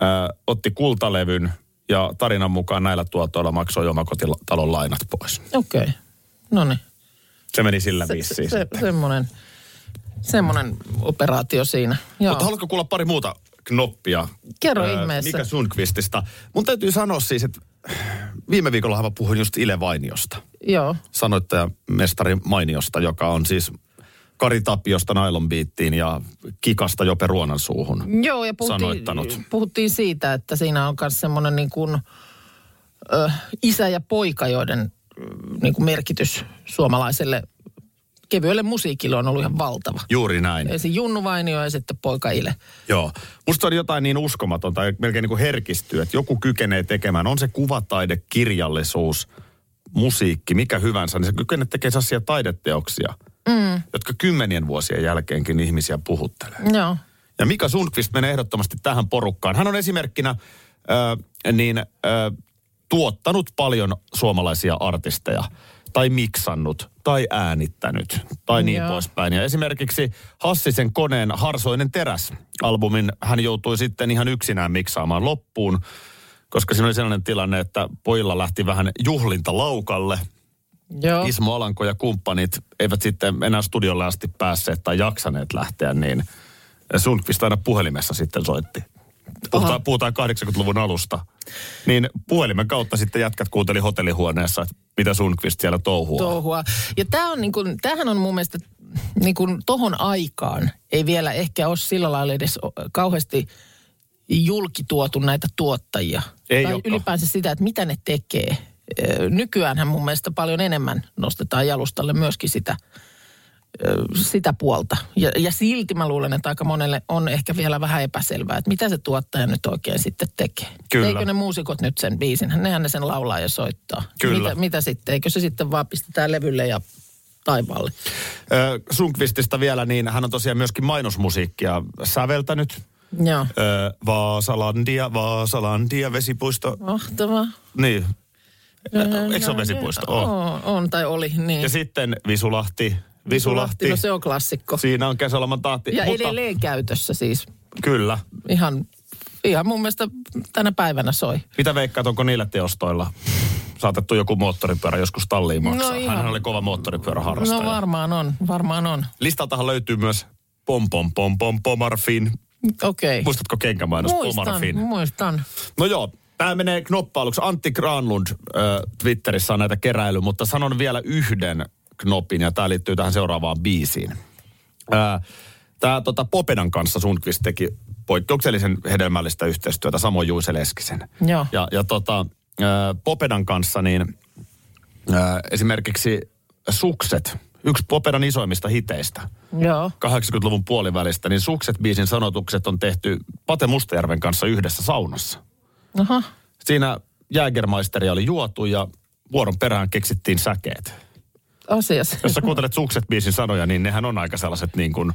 [SPEAKER 3] ää, otti kultalevyn ja tarinan mukaan näillä tuotoilla maksoi omakotitalon lainat pois.
[SPEAKER 2] Okei, okay. no niin.
[SPEAKER 3] Se meni sillä
[SPEAKER 2] Se, se,
[SPEAKER 3] vissiin.
[SPEAKER 2] se, semmoinen, semmoinen operaatio siinä. Joo.
[SPEAKER 3] Mutta haluatko kuulla pari muuta knoppia?
[SPEAKER 2] Kerro
[SPEAKER 3] ää,
[SPEAKER 2] ihmeessä.
[SPEAKER 3] Mika Sundqvistista. Mun täytyy sanoa siis, että viime viikolla mä puhuin just Ile Vainiosta.
[SPEAKER 2] Joo,
[SPEAKER 3] sanoittajamestari Mainiosta, joka on siis Kari Tapiosta Nailon biittiin ja Kikasta Jope Ruonan suuhun.
[SPEAKER 2] Joo, ja puhuttiin,
[SPEAKER 3] sanoittanut.
[SPEAKER 2] puhuttiin siitä, että siinä on myös semmoinen niin kuin, ö, isä ja poika, joiden ö, niin kuin merkitys suomalaiselle kevyelle musiikille on ollut ihan valtava.
[SPEAKER 3] Juuri näin.
[SPEAKER 2] Ensin Junnu Vainio ja sitten poika Ile.
[SPEAKER 3] Joo. Musta on jotain niin uskomatonta, ja melkein niin kuin herkistyy, että joku kykenee tekemään. On se kuvataide, kirjallisuus, musiikki, mikä hyvänsä, niin se kykenee tekemään sellaisia taideteoksia, mm. jotka kymmenien vuosien jälkeenkin ihmisiä puhuttelee.
[SPEAKER 2] Joo,
[SPEAKER 3] Ja Mika Sundqvist menee ehdottomasti tähän porukkaan. Hän on esimerkkinä ö, niin, ö, tuottanut paljon suomalaisia artisteja tai miksannut, tai äänittänyt, tai niin
[SPEAKER 2] Joo.
[SPEAKER 3] Joo. poispäin. Ja esimerkiksi Hassisen koneen Harsoinen teräs albumin hän joutui sitten ihan yksinään miksaamaan loppuun, koska siinä oli sellainen tilanne, että pojilla lähti vähän juhlinta laukalle.
[SPEAKER 2] joo.
[SPEAKER 3] Ismo Alanko ja kumppanit eivät sitten enää studiolle asti päässeet tai jaksaneet lähteä, niin Sundqvist aina puhelimessa sitten soitti. Puhutaan, puhutaan 80-luvun alusta. Niin puhelimen kautta sitten jätkät kuunteli hotellihuoneessa, että mitä Sundqvist siellä touhuaa.
[SPEAKER 2] touhua. Ja tämä on niin kuin, tämähän on mun mielestä niin kuin tohon aikaan, ei vielä ehkä ole sillä lailla edes o- kauheasti julkituotu näitä tuottajia.
[SPEAKER 3] Ei
[SPEAKER 2] tai
[SPEAKER 3] olekaan.
[SPEAKER 2] ylipäänsä sitä, että mitä ne tekee. Ö, Nykyäänhän mun mielestä paljon enemmän nostetaan jalustalle myöskin sitä ö, sitä puolta. Ja, ja silti mä luulen, että aika monelle on ehkä vielä vähän epäselvää, että mitä se tuottaja nyt oikein sitten tekee.
[SPEAKER 3] Kyllä.
[SPEAKER 2] Eikö ne muusikot nyt sen biisin? Nehän ne sen laulaa ja soittaa.
[SPEAKER 3] Kyllä.
[SPEAKER 2] Mitä, mitä sitten? Eikö se sitten vaan pistetään levylle ja taivaalle?
[SPEAKER 3] Ö, Sunkvistista vielä, niin hän on tosiaan myöskin mainosmusiikkia säveltänyt.
[SPEAKER 2] Joo.
[SPEAKER 3] Ö, Vaasalandia, Vaasalandia, vesipuisto.
[SPEAKER 2] Mahtavaa.
[SPEAKER 3] Niin. Ö, Eikö se ole vesipuisto? Oo.
[SPEAKER 2] On, on tai oli, niin.
[SPEAKER 3] Ja sitten Visulahti, Visulahti.
[SPEAKER 2] No se on klassikko.
[SPEAKER 3] Siinä on kesäloman tahti.
[SPEAKER 2] Ja edelleen käytössä siis.
[SPEAKER 3] Kyllä.
[SPEAKER 2] Ihan, ihan mun mielestä tänä päivänä soi. No
[SPEAKER 3] Mitä veikkaat, onko niillä teostoilla saatettu joku moottoripyörä joskus talliin maksaa?
[SPEAKER 2] No ihan.
[SPEAKER 3] Hän oli kova moottoripyöräharrastaja.
[SPEAKER 2] No varmaan on, varmaan on.
[SPEAKER 3] Listaltahan löytyy myös pom pom pom pom pomarfin.
[SPEAKER 2] Okei.
[SPEAKER 3] Muistatko kenkämainos
[SPEAKER 2] Muistan,
[SPEAKER 3] pomarfin?
[SPEAKER 2] muistan.
[SPEAKER 3] No joo, tämä menee knoppailuksi. Antti Granlund äh, Twitterissä on näitä keräily, mutta sanon vielä yhden knopin ja tämä liittyy tähän seuraavaan biisiin. Äh, tämä tota, Popenan kanssa Sundqvist teki poikkeuksellisen hedelmällistä yhteistyötä, samoin Juise Leskisen.
[SPEAKER 2] Joo.
[SPEAKER 3] Ja, ja tota, äh, Popenan kanssa niin äh, esimerkiksi Sukset, yksi Popenan isoimmista hiteistä –
[SPEAKER 2] Joo.
[SPEAKER 3] 80-luvun puolivälistä, niin Sukset biisin sanotukset on tehty Pate Mustajärven kanssa yhdessä saunassa.
[SPEAKER 2] Aha.
[SPEAKER 3] Siinä jäägermaisteri oli juotu ja vuoron perään keksittiin säkeet. <laughs>
[SPEAKER 2] Asiassa.
[SPEAKER 3] Jos sä kuuntelet Sukset biisin sanoja, niin nehän on aika sellaiset niin kuin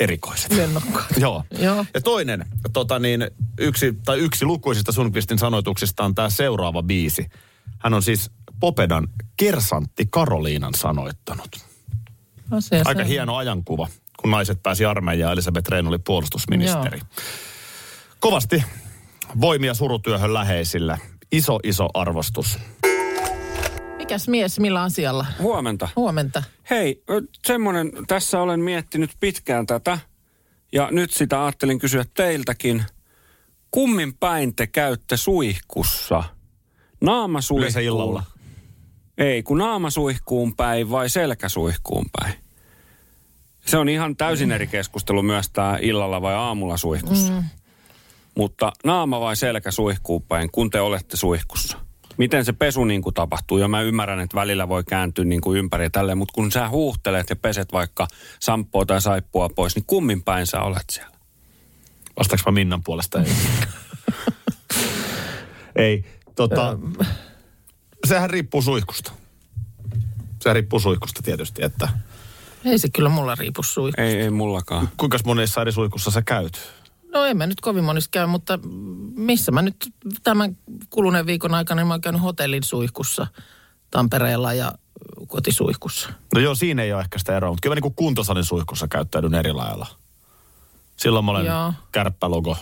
[SPEAKER 3] erikoiset.
[SPEAKER 2] Lennokkaat.
[SPEAKER 3] Joo.
[SPEAKER 2] Joo.
[SPEAKER 3] Ja toinen, tota niin, yksi, tai yksi lukuisista Sunqvistin sanoituksista on tämä seuraava biisi. Hän on siis Popedan Kersantti Karoliinan sanoittanut.
[SPEAKER 2] Asiassa.
[SPEAKER 3] Aika hieno ajankuva, kun naiset pääsi armeijaan. Elisabeth Rehn oli puolustusministeri. Kovasti voimia surutyöhön läheisillä. Iso, iso arvostus.
[SPEAKER 2] Mikäs mies millä asialla?
[SPEAKER 4] Huomenta.
[SPEAKER 2] Huomenta.
[SPEAKER 4] Hei, ö, semmonen, tässä olen miettinyt pitkään tätä, ja nyt sitä ajattelin kysyä teiltäkin. Kummin päin te käytte suihkussa? Naama
[SPEAKER 3] Yleensä illalla.
[SPEAKER 4] Ei, kun naama suihkuun päin vai selkä suihkuun päin? Se on ihan täysin eri keskustelu myös tämä illalla vai aamulla suihkussa. Mm. Mutta naama vai selkä suihkuun päin, kun te olette suihkussa? Miten se pesu niin kuin tapahtuu? Ja mä ymmärrän, että välillä voi kääntyä niin kuin ympäri ja tälleen, mutta kun sä huuhtelet ja peset vaikka samppoa tai saippua pois, niin kummin päin sä olet siellä?
[SPEAKER 3] Vastaanko mä Minnan puolesta? Ei. Ei, tota... Sehän riippuu suihkusta. Sehän riippuu suihkusta tietysti, että
[SPEAKER 2] Ei se kyllä mulla riipu sui.
[SPEAKER 4] Ei, ei mullakaan.
[SPEAKER 3] kuinka monessa eri suihkussa sä käyt.
[SPEAKER 2] No en mä nyt kovin monissa käy, mutta missä mä nyt tämän kuluneen viikon aikana niin mä oon käynyt hotellin suihkussa Tampereella ja kotisuihkussa.
[SPEAKER 3] No joo, siinä ei ole ehkä sitä eroa, mutta kyllä mä niin kuntosalin suihkussa käyttäydyn eri lailla. Silloin mä olen
[SPEAKER 2] Joo.
[SPEAKER 3] kärppälogo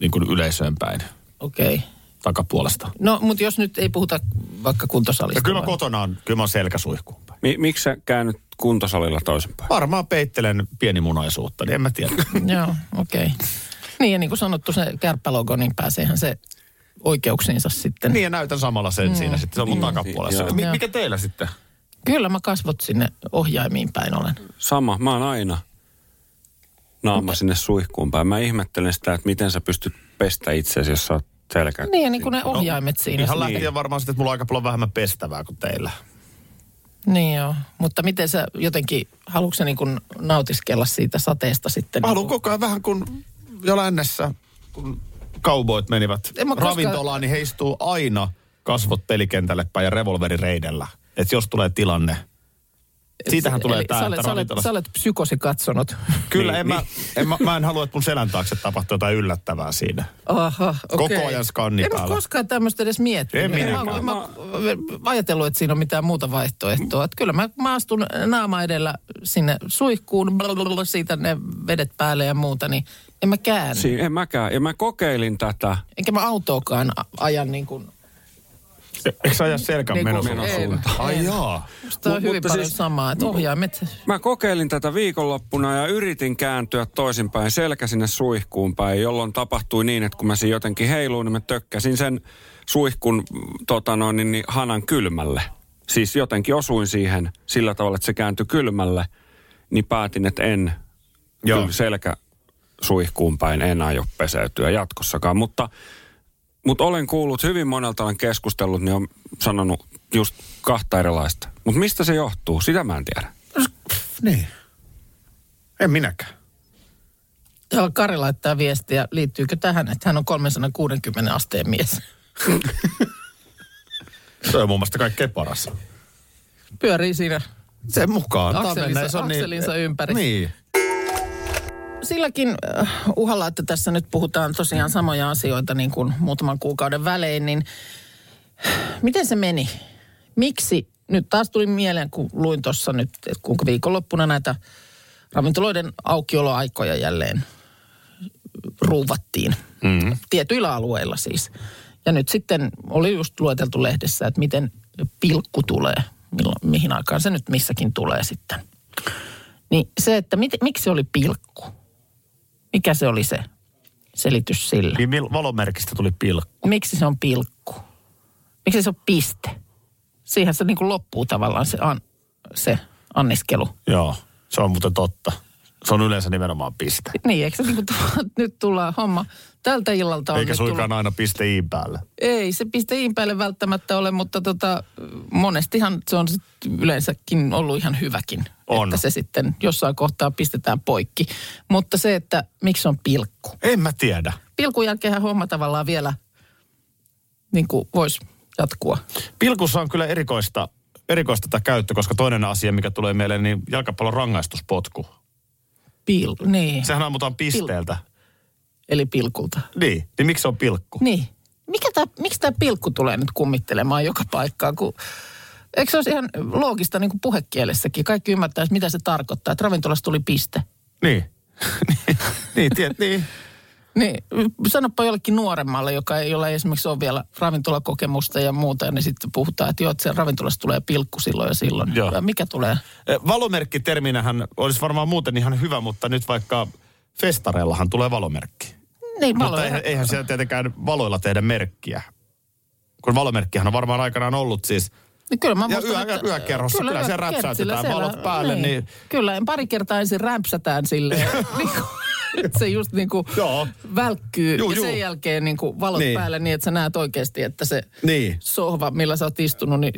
[SPEAKER 3] niin kuin yleisöön päin
[SPEAKER 2] Okei. Okay.
[SPEAKER 3] takapuolesta.
[SPEAKER 2] No, mutta jos nyt ei puhuta vaikka kuntosalista.
[SPEAKER 3] Ja kyllä mä
[SPEAKER 2] vai-
[SPEAKER 3] kotona on, kyllä mä oon selkäsuihkuun päin.
[SPEAKER 4] Mi- miksi sä käännyt kuntosalilla toisinpäin?
[SPEAKER 3] Varmaan peittelen pienimunaisuutta, niin en mä tiedä.
[SPEAKER 2] Joo, okei. Okay. Niin ja niin kuin sanottu, se kärppälogo, niin pääseehän se oikeuksiinsa sitten.
[SPEAKER 3] niin ja näytän samalla sen mm. siinä sitten, se on mun takapuolessa.
[SPEAKER 4] Joo.
[SPEAKER 3] Mi- mikä teillä sitten?
[SPEAKER 2] Kyllä mä kasvot sinne ohjaimiin päin olen.
[SPEAKER 4] Sama, mä oon aina naama sinne suihkuun päin. Mä ihmettelen sitä, että miten sä pystyt pestä itseäsi, jos sä oot selkä.
[SPEAKER 2] Niin ja niin kuin ne ohjaimet siinä.
[SPEAKER 3] No, Ihan lähtien varmaan sitten, että mulla on aika paljon vähemmän pestävää kuin teillä.
[SPEAKER 2] Niin joo, mutta miten sä jotenkin, haluatko sä niin kuin nautiskella siitä sateesta sitten? niinku?
[SPEAKER 3] Mä haluan koko ajan vähän kun jo lännessä, kun cowboyt menivät
[SPEAKER 2] En mä koskaan-
[SPEAKER 3] ravintolaan, niin he istuu aina kasvot pelikentälle päin ja revolveri reidellä. Että jos tulee tilanne. Siitähän tulee
[SPEAKER 2] Eli
[SPEAKER 3] tämä,
[SPEAKER 2] sä olet,
[SPEAKER 3] että
[SPEAKER 2] sä olet, sä
[SPEAKER 3] ravintolassa...
[SPEAKER 2] olet psykosi
[SPEAKER 3] <laughs>
[SPEAKER 2] katsonut.
[SPEAKER 3] Kyllä, en, mä, en mä, mä en halua, että mun selän taakse tapahtuu jotain yllättävää siinä.
[SPEAKER 2] Aha,
[SPEAKER 3] Koko
[SPEAKER 2] okei.
[SPEAKER 3] ajan skanni
[SPEAKER 2] En mä
[SPEAKER 3] päällä.
[SPEAKER 2] koskaan tämmöistä edes miettinyt.
[SPEAKER 3] En minäkään.
[SPEAKER 2] Mä, mä, mä ajatellut, että siinä on mitään muuta vaihtoehtoa. Että kyllä mä maastun naama edellä sinne suihkuun, blablabla, siitä ne vedet päälle ja muuta, niin en mä käänny. Si-
[SPEAKER 4] Siinä, en mäkään. Ja mä kokeilin tätä.
[SPEAKER 2] Enkä mä autoakaan a- aja niin kuin...
[SPEAKER 3] Eikö E- sä aja selkän
[SPEAKER 2] Niin kuin-
[SPEAKER 3] menossa?
[SPEAKER 2] ei,
[SPEAKER 5] 哎
[SPEAKER 3] Ai jaa.
[SPEAKER 2] Sitä on
[SPEAKER 4] Mut-
[SPEAKER 2] hyvin
[SPEAKER 4] mutta
[SPEAKER 2] paljon
[SPEAKER 4] siis-
[SPEAKER 2] samaa, että ohjaimet...
[SPEAKER 4] Mä kokeilin tätä viikonloppuna ja yritin kääntyä toisinpäin selkä sinne suihkuun päin, jolloin tapahtui niin, että kun mä siinä jotenkin heiluin, niin mä tökkäsin sen suihkun mm, tota noin, niin, niin hanan kylmälle. Siis jotenkin osuin siihen sillä tavalla, että se kääntyi kylmälle, niin päätin, että en
[SPEAKER 3] Joo.
[SPEAKER 4] Joo. selkä suihkuun päin, en aio peseytyä jatkossakaan. Mutta, mutta olen kuullut hyvin monelta, olen keskustellut, niin on sanonut just kahta erilaista. Mutta mistä se johtuu, sitä mä en tiedä.
[SPEAKER 9] Niin. En minäkään.
[SPEAKER 2] Täällä Kari laittaa viestiä, liittyykö tähän, että hän on 360 asteen mies.
[SPEAKER 9] Se on mun mielestä kaikkein paras.
[SPEAKER 2] Pyörii siinä
[SPEAKER 9] Sen mukaan. Antaa
[SPEAKER 2] akselinsa,
[SPEAKER 9] mennä, se on
[SPEAKER 2] akselinsa ympäri.
[SPEAKER 9] Niin.
[SPEAKER 2] Silläkin äh, uhalla, että tässä nyt puhutaan tosiaan samoja asioita niin kuin muutaman kuukauden välein, niin miten se meni? Miksi? Nyt taas tuli mieleen, kun luin tuossa nyt, että kuinka viikonloppuna näitä ravintoloiden aukioloaikoja jälleen ruuvattiin. Mm. Tietyillä alueilla siis. Ja nyt sitten oli just lueteltu lehdessä, että miten pilkku tulee, milloin, mihin aikaan se nyt missäkin tulee sitten. Niin se, että mit, miksi se oli pilkku? Mikä se oli se selitys sille?
[SPEAKER 3] Niin vil- valomerkistä tuli pilkku.
[SPEAKER 2] Miksi se on pilkku? Miksi se on piste? Siihen se niin kuin loppuu tavallaan se, an, se anniskelu.
[SPEAKER 3] Joo, se on muuten totta. Se on yleensä nimenomaan piste.
[SPEAKER 2] Niin, eikö se niin kuin tulla, <laughs> nyt tullaan homma tältä illalta on
[SPEAKER 3] Eikä
[SPEAKER 2] nyt
[SPEAKER 3] suinkaan
[SPEAKER 2] tullut-
[SPEAKER 3] aina piste i päälle.
[SPEAKER 2] Ei, se piste iin päälle välttämättä ole, mutta tota, monestihan se on sit yleensäkin ollut ihan hyväkin.
[SPEAKER 3] On.
[SPEAKER 2] Että se sitten jossain kohtaa pistetään poikki. Mutta se, että miksi se on pilkku?
[SPEAKER 3] En mä tiedä.
[SPEAKER 2] Pilkun jälkeenhän homma tavallaan vielä niin kuin voisi jatkua.
[SPEAKER 3] Pilkussa on kyllä erikoista, erikoista tämä käyttö, koska toinen asia, mikä tulee mieleen, niin jalkapallon rangaistuspotku.
[SPEAKER 2] Pil, niin,
[SPEAKER 3] Sehän ammutaan pisteeltä.
[SPEAKER 2] eli pilkulta.
[SPEAKER 3] Niin, niin miksi se on pilkku?
[SPEAKER 2] Niin. Mikä tää, miksi tämä pilkku tulee nyt kummittelemaan joka paikkaan, kun... Eikö se olisi ihan loogista niin kuin puhekielessäkin? Kaikki ymmärtäisi, mitä se tarkoittaa, että ravintolassa tuli piste.
[SPEAKER 3] Niin. <laughs> niin, tiet, niin.
[SPEAKER 2] Niin, sanoppa jollekin nuoremmalle, joka ei ole esimerkiksi ole vielä ravintolakokemusta ja muuta, ja niin sitten puhutaan, että joo, että siellä ravintolassa tulee pilkku silloin ja silloin.
[SPEAKER 3] Joo.
[SPEAKER 2] Ja mikä tulee?
[SPEAKER 3] E, Valomerkkiterminähän olisi varmaan muuten ihan hyvä, mutta nyt vaikka festareillahan tulee valomerkki.
[SPEAKER 2] Niin,
[SPEAKER 3] Mutta eihän, eihän siellä tietenkään valoilla tehdä merkkiä. Kun valomerkkihän on varmaan aikanaan ollut siis.
[SPEAKER 2] Niin kyllä mä
[SPEAKER 3] Ja
[SPEAKER 2] muistan,
[SPEAKER 3] yö- yökerhossa kyllä siellä
[SPEAKER 2] yökertsillä
[SPEAKER 3] räpsäytetään valot päälle, niin-
[SPEAKER 2] Kyllä, en pari kertaa ensin räpsätään
[SPEAKER 3] <laughs>
[SPEAKER 2] silleen. niin kuin, että se just niin kuin
[SPEAKER 3] Joo.
[SPEAKER 2] välkkyy
[SPEAKER 3] Juu,
[SPEAKER 2] ja
[SPEAKER 3] juu.
[SPEAKER 2] sen jälkeen niin kuin valot
[SPEAKER 3] Niin.
[SPEAKER 2] päälle niin, että sä näet oikeasti, että se
[SPEAKER 3] Niin.
[SPEAKER 2] sohva, millä sä oot istunut, niin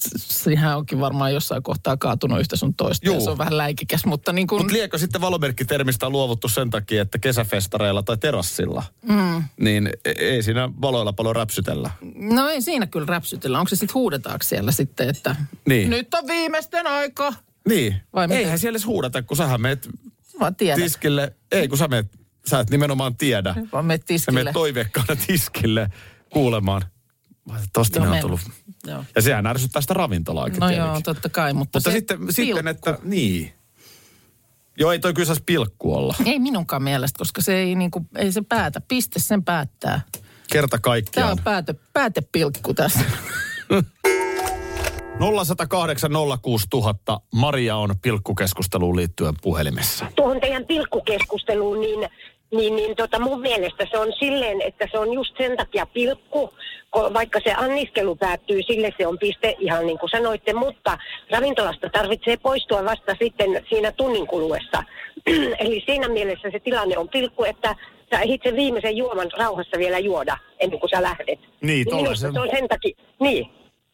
[SPEAKER 2] s- sehän onkin varmaan jossain kohtaa kaatunut yhtä sun toista. Ja
[SPEAKER 3] Juu.
[SPEAKER 2] se on vähän läikikäs, mutta niin kuin...
[SPEAKER 3] Mutta liekö sitten valomerkkitermistä on luovuttu sen takia, että kesäfestareilla tai terassilla, mm. niin e- ei siinä valoilla paljon räpsytellä.
[SPEAKER 2] No ei siinä kyllä räpsytellä. Onko se sitten huudetaanko siellä sitten, että
[SPEAKER 3] Niin.
[SPEAKER 2] nyt on viimeisten aika?
[SPEAKER 3] Niin.
[SPEAKER 2] Vai miten?
[SPEAKER 3] Eihän siellä edes huudeta, kun sähän meet
[SPEAKER 2] Vaan tiedät. Tis...
[SPEAKER 3] tiskille. Ei, kun sä meet, sä et nimenomaan tiedä.
[SPEAKER 2] Vaan menet
[SPEAKER 3] Sä meet
[SPEAKER 2] tiskille.
[SPEAKER 3] toiveikkaana tiskille kuulemaan. Mä ajattelin, Tosta
[SPEAKER 2] Joo,
[SPEAKER 3] ne on
[SPEAKER 2] men-
[SPEAKER 3] tullut.
[SPEAKER 2] Joo.
[SPEAKER 3] Ja sehän ärsyttää sitä ravintolaakin
[SPEAKER 2] No
[SPEAKER 3] tietenkin.
[SPEAKER 2] joo, totta kai, mutta,
[SPEAKER 3] Mutta
[SPEAKER 2] se
[SPEAKER 3] sitten,
[SPEAKER 2] pil-
[SPEAKER 3] sitten, että niin. Joo, ei toi kyllä saisi pilkku olla.
[SPEAKER 2] Ei minunkaan mielestä, koska se ei, niinku, ei se päätä. Piste sen päättää.
[SPEAKER 3] Kerta
[SPEAKER 2] Tämä
[SPEAKER 3] kaikkiaan.
[SPEAKER 2] on päätö, päätepilkku tässä.
[SPEAKER 3] 0108 06000. Maria on pilkkukeskusteluun liittyen puhelimessa.
[SPEAKER 10] tuohon teidän pilkkukeskusteluun, niin, niin, niin tota mun mielestä se on silleen, että se on just sen takia pilkku, ko- vaikka se anniskelu päättyy, sille se on piste ihan niin kuin sanoitte, mutta ravintolasta tarvitsee poistua vasta sitten siinä tunnin kuluessa. <clears throat> Eli siinä mielessä se tilanne on pilkku, että sä ehdit sen viimeisen juoman rauhassa vielä juoda ennen kuin sä lähdet. Niin
[SPEAKER 3] tollaisen-
[SPEAKER 10] minusta se on sen takia, niin,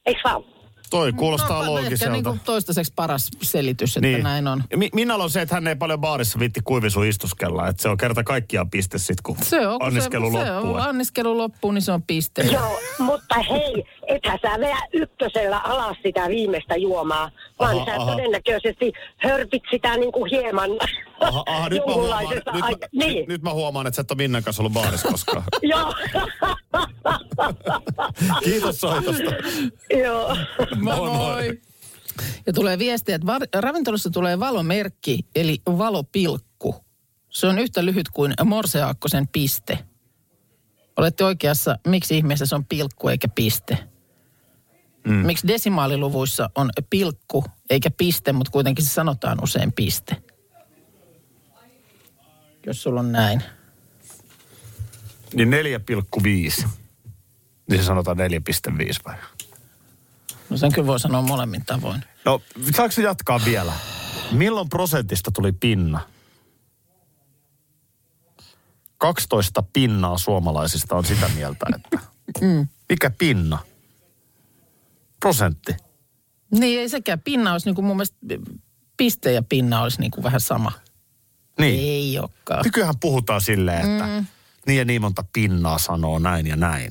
[SPEAKER 10] eikö vaan?
[SPEAKER 3] Toi kuulostaa
[SPEAKER 2] no, Ehkä
[SPEAKER 3] loogiselta.
[SPEAKER 2] niinku toistaiseksi paras selitys, että niin. näin on.
[SPEAKER 3] Mi- Minalla on se, että hän ei paljon baarissa viitti kuivisu istuskella. Että se on kerta kaikkiaan piste sit, kun
[SPEAKER 2] Se on, kun
[SPEAKER 3] anniskelu
[SPEAKER 2] se,
[SPEAKER 3] loppuu.
[SPEAKER 2] Se on, anniskelu loppuu, niin se on piste.
[SPEAKER 10] Joo, mutta hei, ethän sä vedä ykkösellä alas sitä viimeistä juomaa, vaan
[SPEAKER 3] Aha,
[SPEAKER 10] aha, sä
[SPEAKER 3] aha.
[SPEAKER 10] aha. todennäköisesti hörpit sitä niin kuin hieman
[SPEAKER 3] Aha, aha, nyt, mä huomaan, nyt,
[SPEAKER 10] jonkunlaisesta
[SPEAKER 3] mä,
[SPEAKER 10] aika- Niin,
[SPEAKER 3] nyt, nyt mä huomaan, että sä et ole Minnan kanssa ollut baarissa koskaan.
[SPEAKER 10] joo, <laughs>
[SPEAKER 3] Kiitos soitosta.
[SPEAKER 10] joo.
[SPEAKER 2] Moi,
[SPEAKER 3] Moi, moi.
[SPEAKER 2] moi. Ja tulee viestiä, että var- ravintolassa tulee valomerkki, eli valopilkku. Se on yhtä lyhyt kuin morseaakkosen piste. Olette oikeassa, miksi ihmeessä se on pilkku eikä piste? Mm. Miksi desimaaliluvuissa on pilkku eikä piste, mutta kuitenkin se sanotaan usein piste? Jos sulla on näin.
[SPEAKER 3] Niin 4,5. Niin se sanotaan 4,5 vai?
[SPEAKER 2] No sen kyllä voi sanoa molemmin tavoin.
[SPEAKER 3] No, saanko se jatkaa vielä? Milloin prosentista tuli pinna? 12 pinnaa suomalaisista on sitä mieltä, että...
[SPEAKER 2] Mm.
[SPEAKER 3] Mikä pinna? Prosentti.
[SPEAKER 2] Niin ei sekään pinna olisi niin kuin mun niinku mielestä piste ja pinna olisi niin kuin vähän sama.
[SPEAKER 3] Niin.
[SPEAKER 2] Ei olekaan.
[SPEAKER 3] Nykyään puhutaan silleen, että mm. niin ja niin monta pinnaa sanoo näin ja näin.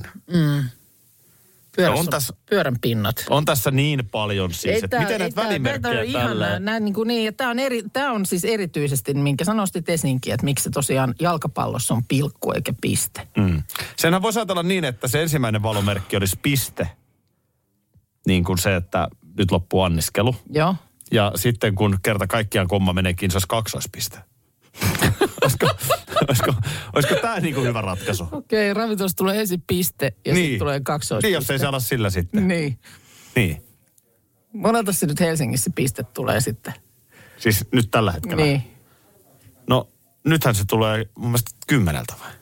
[SPEAKER 2] Pyörän,
[SPEAKER 3] No on tässä-
[SPEAKER 2] pyörän pinnat.
[SPEAKER 3] On tässä niin paljon siis, että
[SPEAKER 2] tää-
[SPEAKER 3] miten näitä
[SPEAKER 2] tää- tää on
[SPEAKER 3] välimerkkejä
[SPEAKER 2] ihan
[SPEAKER 3] tällä...
[SPEAKER 2] nää- nää niinku niin, ja tää on, eri, tää on siis erityisesti, minkä sanosti esinkin, että miksi se tosiaan jalkapallossa on pilkku eikä piste.
[SPEAKER 3] Mm. Senhän voisi ajatella niin, että se ensimmäinen valomerkki olisi piste. Niin kuin se, että nyt loppuu anniskelu.
[SPEAKER 2] Joo.
[SPEAKER 3] Ja sitten kun kerta kaikkiaan komma meneekin, se olisi
[SPEAKER 2] <laughs>
[SPEAKER 3] kaksoispiste. olisiko, olisiko, olisiko tämä niin kuin hyvä ratkaisu?
[SPEAKER 2] Okei, okay, ravintolassa tulee ensin piste ja niin. sitten tulee kaksois.
[SPEAKER 3] Niin, jos ei se ala sillä sitten. Niin.
[SPEAKER 2] Niin.
[SPEAKER 3] niin.
[SPEAKER 2] Monelta se nyt Helsingissä piste tulee sitten.
[SPEAKER 3] Siis nyt tällä hetkellä.
[SPEAKER 2] Niin.
[SPEAKER 3] No, nythän se tulee mun mielestä kymmeneltä vai?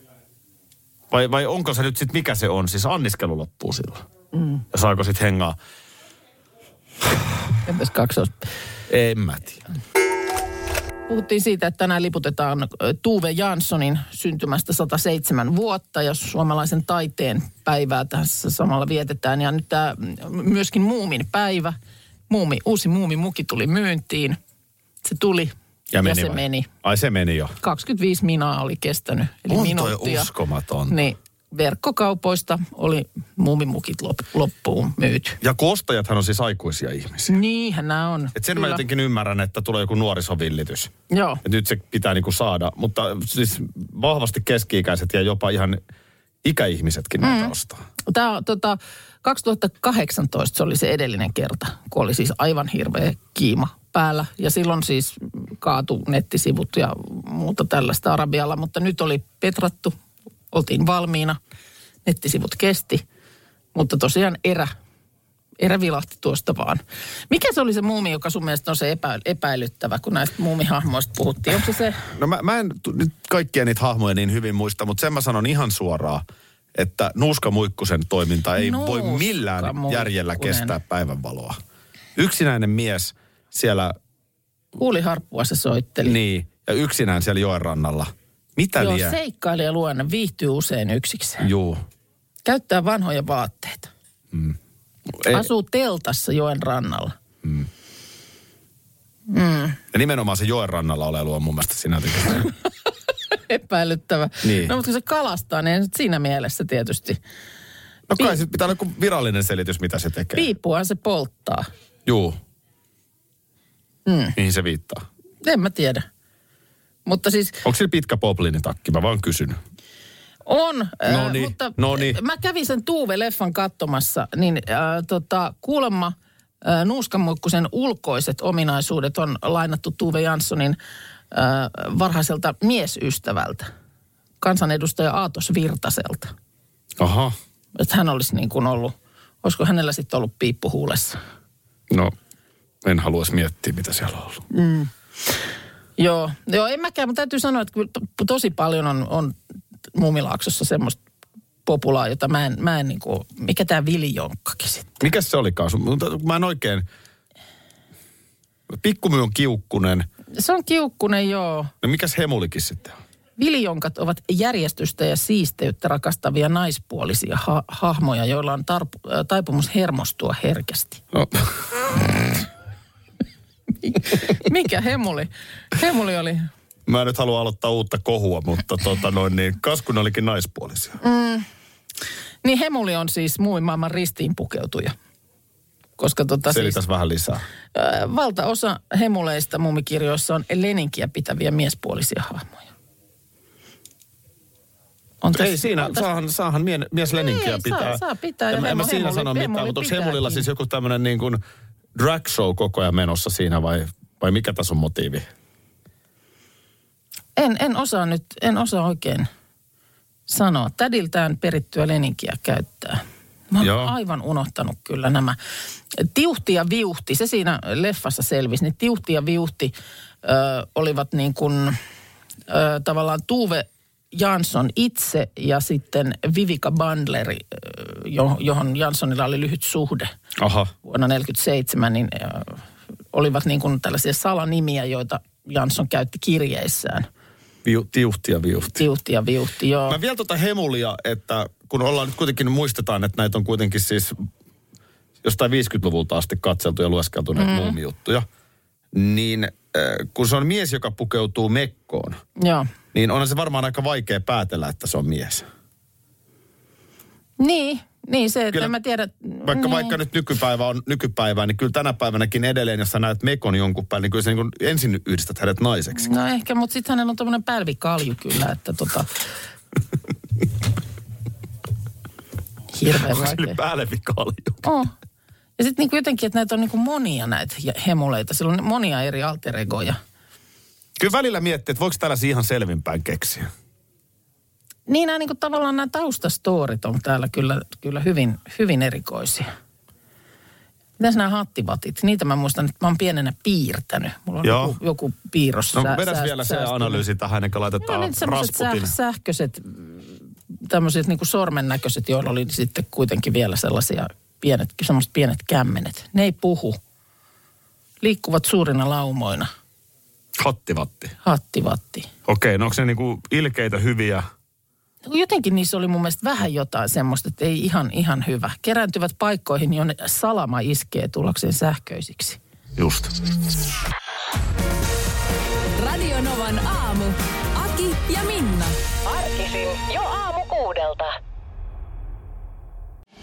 [SPEAKER 3] Vai, vai onko se nyt sitten, mikä se on? Siis anniskelu loppuu silloin. Mm. Ja saako sitten hengaa?
[SPEAKER 2] Entäs kaksois?
[SPEAKER 3] En mä tiedä.
[SPEAKER 2] Puhuttiin siitä, että tänään liputetaan ö, Tuve Janssonin syntymästä 107 vuotta, jos suomalaisen taiteen päivää tässä samalla vietetään. Ja nyt tämä myöskin Muumin päivä. Muumi, uusi Muumimuki tuli myyntiin. Se tuli ja, ja se
[SPEAKER 3] vai?
[SPEAKER 2] meni.
[SPEAKER 3] Ai se meni jo.
[SPEAKER 2] 25 minaa oli kestänyt, eli
[SPEAKER 3] On toi
[SPEAKER 2] minuuttia.
[SPEAKER 3] uskomaton.
[SPEAKER 2] Niin, verkkokaupoista oli muumimukit lop, loppuun myyty.
[SPEAKER 3] Ja kun ostajathan on siis aikuisia ihmisiä.
[SPEAKER 2] Niinhän nämä on.
[SPEAKER 3] Et sen
[SPEAKER 2] Kyllä.
[SPEAKER 3] mä jotenkin ymmärrän, että tulee joku nuorisovillitys.
[SPEAKER 2] Joo.
[SPEAKER 3] Et nyt se pitää niinku saada. Mutta siis vahvasti keski-ikäiset ja jopa ihan ikäihmisetkin mm. näitä ostaa.
[SPEAKER 2] Tämä, tota, 2018 se oli se edellinen kerta, kun oli siis aivan hirveä kiima päällä. Ja silloin siis kaatu nettisivut ja muuta tällaista Arabialla, mutta nyt oli petrattu, oltiin valmiina, nettisivut kesti. Mutta tosiaan erä, erä vilahti tuosta vaan. Mikä se oli se muumi, joka sun mielestä on se epä, epäilyttävä, kun näistä muumihahmoista puhuttiin? Onko se se?
[SPEAKER 3] No mä, mä en tu- nyt kaikkia niitä hahmoja niin hyvin muista, mutta sen mä sanon ihan suoraan, että Nuuska Muikkusen toiminta ei voi
[SPEAKER 2] Nuuska
[SPEAKER 3] millään järjellä
[SPEAKER 2] Muikkunen.
[SPEAKER 3] kestää päivänvaloa. Yksinäinen mies siellä,
[SPEAKER 2] Kuuliharppua se soitteli.
[SPEAKER 3] niin, ja yksinään siellä joen rannalla. Mitä
[SPEAKER 2] Joo,
[SPEAKER 3] liian?
[SPEAKER 2] seikkailija luonne viihtyy usein yksikseen.
[SPEAKER 3] Juu.
[SPEAKER 2] Käyttää vanhoja vaatteita.
[SPEAKER 3] Ei,
[SPEAKER 2] Asuu teltassa joen rannalla. <laughs>
[SPEAKER 3] ja nimenomaan se joen rannalla olelu on mun mielestä siinä jotenkin-
[SPEAKER 2] Epäilyttävä.
[SPEAKER 3] Niin.
[SPEAKER 2] No mutta kun se kalastaa, niin ei nyt siinä mielessä tietysti.
[SPEAKER 3] No kai sit pitää olla joku virallinen selitys, mitä se tekee.
[SPEAKER 2] Piipuaan se polttaa.
[SPEAKER 3] Juu.
[SPEAKER 2] Hmm.
[SPEAKER 3] Mm. Mihin se viittaa?
[SPEAKER 2] En mä tiedä. Mutta siis
[SPEAKER 3] Onko sillä pitkä popliinitakki? Mä vaan kysyn.
[SPEAKER 2] on, äh,
[SPEAKER 3] Noniin,
[SPEAKER 2] mutta
[SPEAKER 3] noniin.
[SPEAKER 2] mä kävin sen Tuuve-leffan katsomassa, niin äh, tota, kuulemma äh, Nuuskamuikkusen ulkoiset ominaisuudet on lainattu Tuuve Janssonin äh, varhaiselta miesystävältä, kansanedustaja Aatos Virtaselta.
[SPEAKER 3] Aha.
[SPEAKER 2] että hän olisi niin kuin ollut, olisiko hänellä sitten ollut piippu huulessa.
[SPEAKER 3] No, en haluaisi miettiä, mitä siellä on ollut.
[SPEAKER 2] Joo, joo en mäkään, mutta täytyy sanoa, että kyllä to- tosi paljon on, on Muumilaaksossa semmoista populaa, jota mä en, mä en niin kuin, mikä tämä vilijonkkakin sitten.
[SPEAKER 3] Mikäs se olikaan? Sun- Mutta kun mä en oikein... Pikkumyy on kiukkunen.
[SPEAKER 2] Se on kiukkunen, joo.
[SPEAKER 3] No mikäs hemulikin sitten on?
[SPEAKER 2] Vilijonkat ovat järjestystä ja siisteyttä rakastavia naispuolisia ha- hahmoja, joilla on tarp- äh, taipumus hermostua herkästi.
[SPEAKER 3] No,
[SPEAKER 2] <laughs> Mikä hemuli? Hemuli oli.
[SPEAKER 3] mä en nyt halua aloittaa uutta kohua, mutta tota noin niin, kas kun ne olikin naispuolisia.
[SPEAKER 2] Mm. Niin hemuli on siis muun maailman ristiinpukeutuja. Koska tota siis...
[SPEAKER 3] Selitäs vähän lisää.
[SPEAKER 2] Ö, valtaosa hemuleista muumikirjoissa on leninkiä pitäviä miespuolisia hahmoja. On tässä-
[SPEAKER 3] Ei siinä,
[SPEAKER 2] on tässä-
[SPEAKER 3] saahan, saahan mie, mies Leninkiä
[SPEAKER 2] Ei,
[SPEAKER 3] pitää.
[SPEAKER 2] Niin, saa- saa pitää, ja
[SPEAKER 3] En, mä- en mä
[SPEAKER 2] Hemo-
[SPEAKER 3] siinä
[SPEAKER 2] Hemuli-
[SPEAKER 3] sano mitään,
[SPEAKER 2] Hemuli
[SPEAKER 3] mutta onko
[SPEAKER 2] pitääkin.
[SPEAKER 3] Hemulilla siis joku tämmöinen niin kuin drag show koko ajan menossa siinä vai, vai mikä tässä on motiivi?
[SPEAKER 2] En, en osaa nyt, en osaa oikein sanoa. Tädiltään perittyä leninkiä käyttää. Mä
[SPEAKER 3] Joo.
[SPEAKER 2] oon aivan unohtanut kyllä nämä. Tiuhti ja viuhti, se siinä leffassa selvisi, niin tiuhti ja viuhti ö, olivat niin kuin ö, tavallaan Tuuve Jansson itse ja sitten Vivica Bandleri, ö, jo- johon Janssonilla oli lyhyt suhde
[SPEAKER 3] Aha.
[SPEAKER 2] vuonna 1947, niin ö, olivat niin kuin tällaisia salanimiä, joita Jansson käytti kirjeissään –
[SPEAKER 3] Viu, tiuhti ja viuhti.
[SPEAKER 2] Tiuhti ja viuhti, joo.
[SPEAKER 3] Mä vielä tota Hemulia, että kun ollaan nyt kuitenkin, niin muistetaan, että näitä on kuitenkin siis jostain 50-luvulta asti katseltu ja lueskeltu näitä mm. muumijuttuja. niin äh, kun se on mies, joka pukeutuu mekkoon,
[SPEAKER 2] Joo.
[SPEAKER 3] niin onhan se varmaan aika vaikea päätellä, että se on mies.
[SPEAKER 2] Niin, niin se, että
[SPEAKER 3] Kyllä.
[SPEAKER 2] en mä tiedä.
[SPEAKER 3] Vaikka,
[SPEAKER 2] niin.
[SPEAKER 3] niin. vaikka nyt nykypäivä on nykypäivää, niin kyllä tänä päivänäkin edelleen, jos sä näet mekon jonkun päälle, niin kyllä sä niin kuin ensin yhdistät hänet naiseksi.
[SPEAKER 2] No ehkä, mutta sitten hänellä on tämmöinen pälvikalju kyllä, että
[SPEAKER 3] <laughs>
[SPEAKER 2] tota... Hirveän
[SPEAKER 3] Eli
[SPEAKER 2] vaikea.
[SPEAKER 3] päälle vikalju.
[SPEAKER 2] Oh. Ja sitten niinku jotenkin, että näitä on niinku monia näitä je- hemuleita. Sillä on monia eri alter egoja.
[SPEAKER 3] Kyllä välillä miettii, että voiko tällaisia ihan selvinpäin keksiä.
[SPEAKER 2] Niin nämä niinku tavallaan nämä taustastorit on täällä kyllä, kyllä hyvin, hyvin erikoisia. Mitäs nämä hattivatit? Niitä mä muistan, että mä oon pienenä piirtänyt. Mulla on
[SPEAKER 3] Joo.
[SPEAKER 2] joku, joku piirros.
[SPEAKER 3] No
[SPEAKER 2] sä-
[SPEAKER 3] vedäs
[SPEAKER 2] sä-
[SPEAKER 3] vielä se
[SPEAKER 2] säästynyt.
[SPEAKER 3] analyysi tähän, ennen
[SPEAKER 2] No
[SPEAKER 3] kuin laitetaan
[SPEAKER 2] niin, semmoiset
[SPEAKER 3] Rasputin.
[SPEAKER 2] säh- sähköiset, tämmöiset niinku sormen näköiset, joilla oli sitten kuitenkin vielä sellaisia pienet, semmoiset pienet kämmenet. Ne ei puhu. Liikkuvat suurina laumoina.
[SPEAKER 3] Hattivatti.
[SPEAKER 2] Hattivatti.
[SPEAKER 3] Okei, no onko ne niinku ilkeitä, hyviä?
[SPEAKER 2] No Jotenkin niissä oli mun mielestä vähän jotain semmoista, että ei ihan, ihan hyvä. Kerääntyvät paikkoihin, jonne salama iskee tullakseen sähköisiksi.
[SPEAKER 3] Just.
[SPEAKER 8] Radio Novan aamu. Aki ja Minna.
[SPEAKER 11] Arkisin jo aamu kuudelta.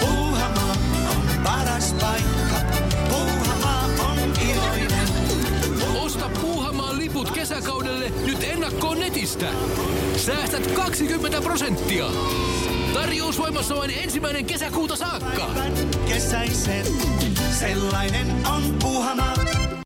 [SPEAKER 7] Puuhamaa on paras paikka. Puuhamaa on iloinen.
[SPEAKER 6] Osta Puuhamaan liput kesäkaudelle nyt ennakkoon netistä. Säästät 20 prosenttia. Tarjous voimassa vain ensimmäinen kesäkuuta saakka.
[SPEAKER 7] Kesäisen. Sellainen on Puuhamaa.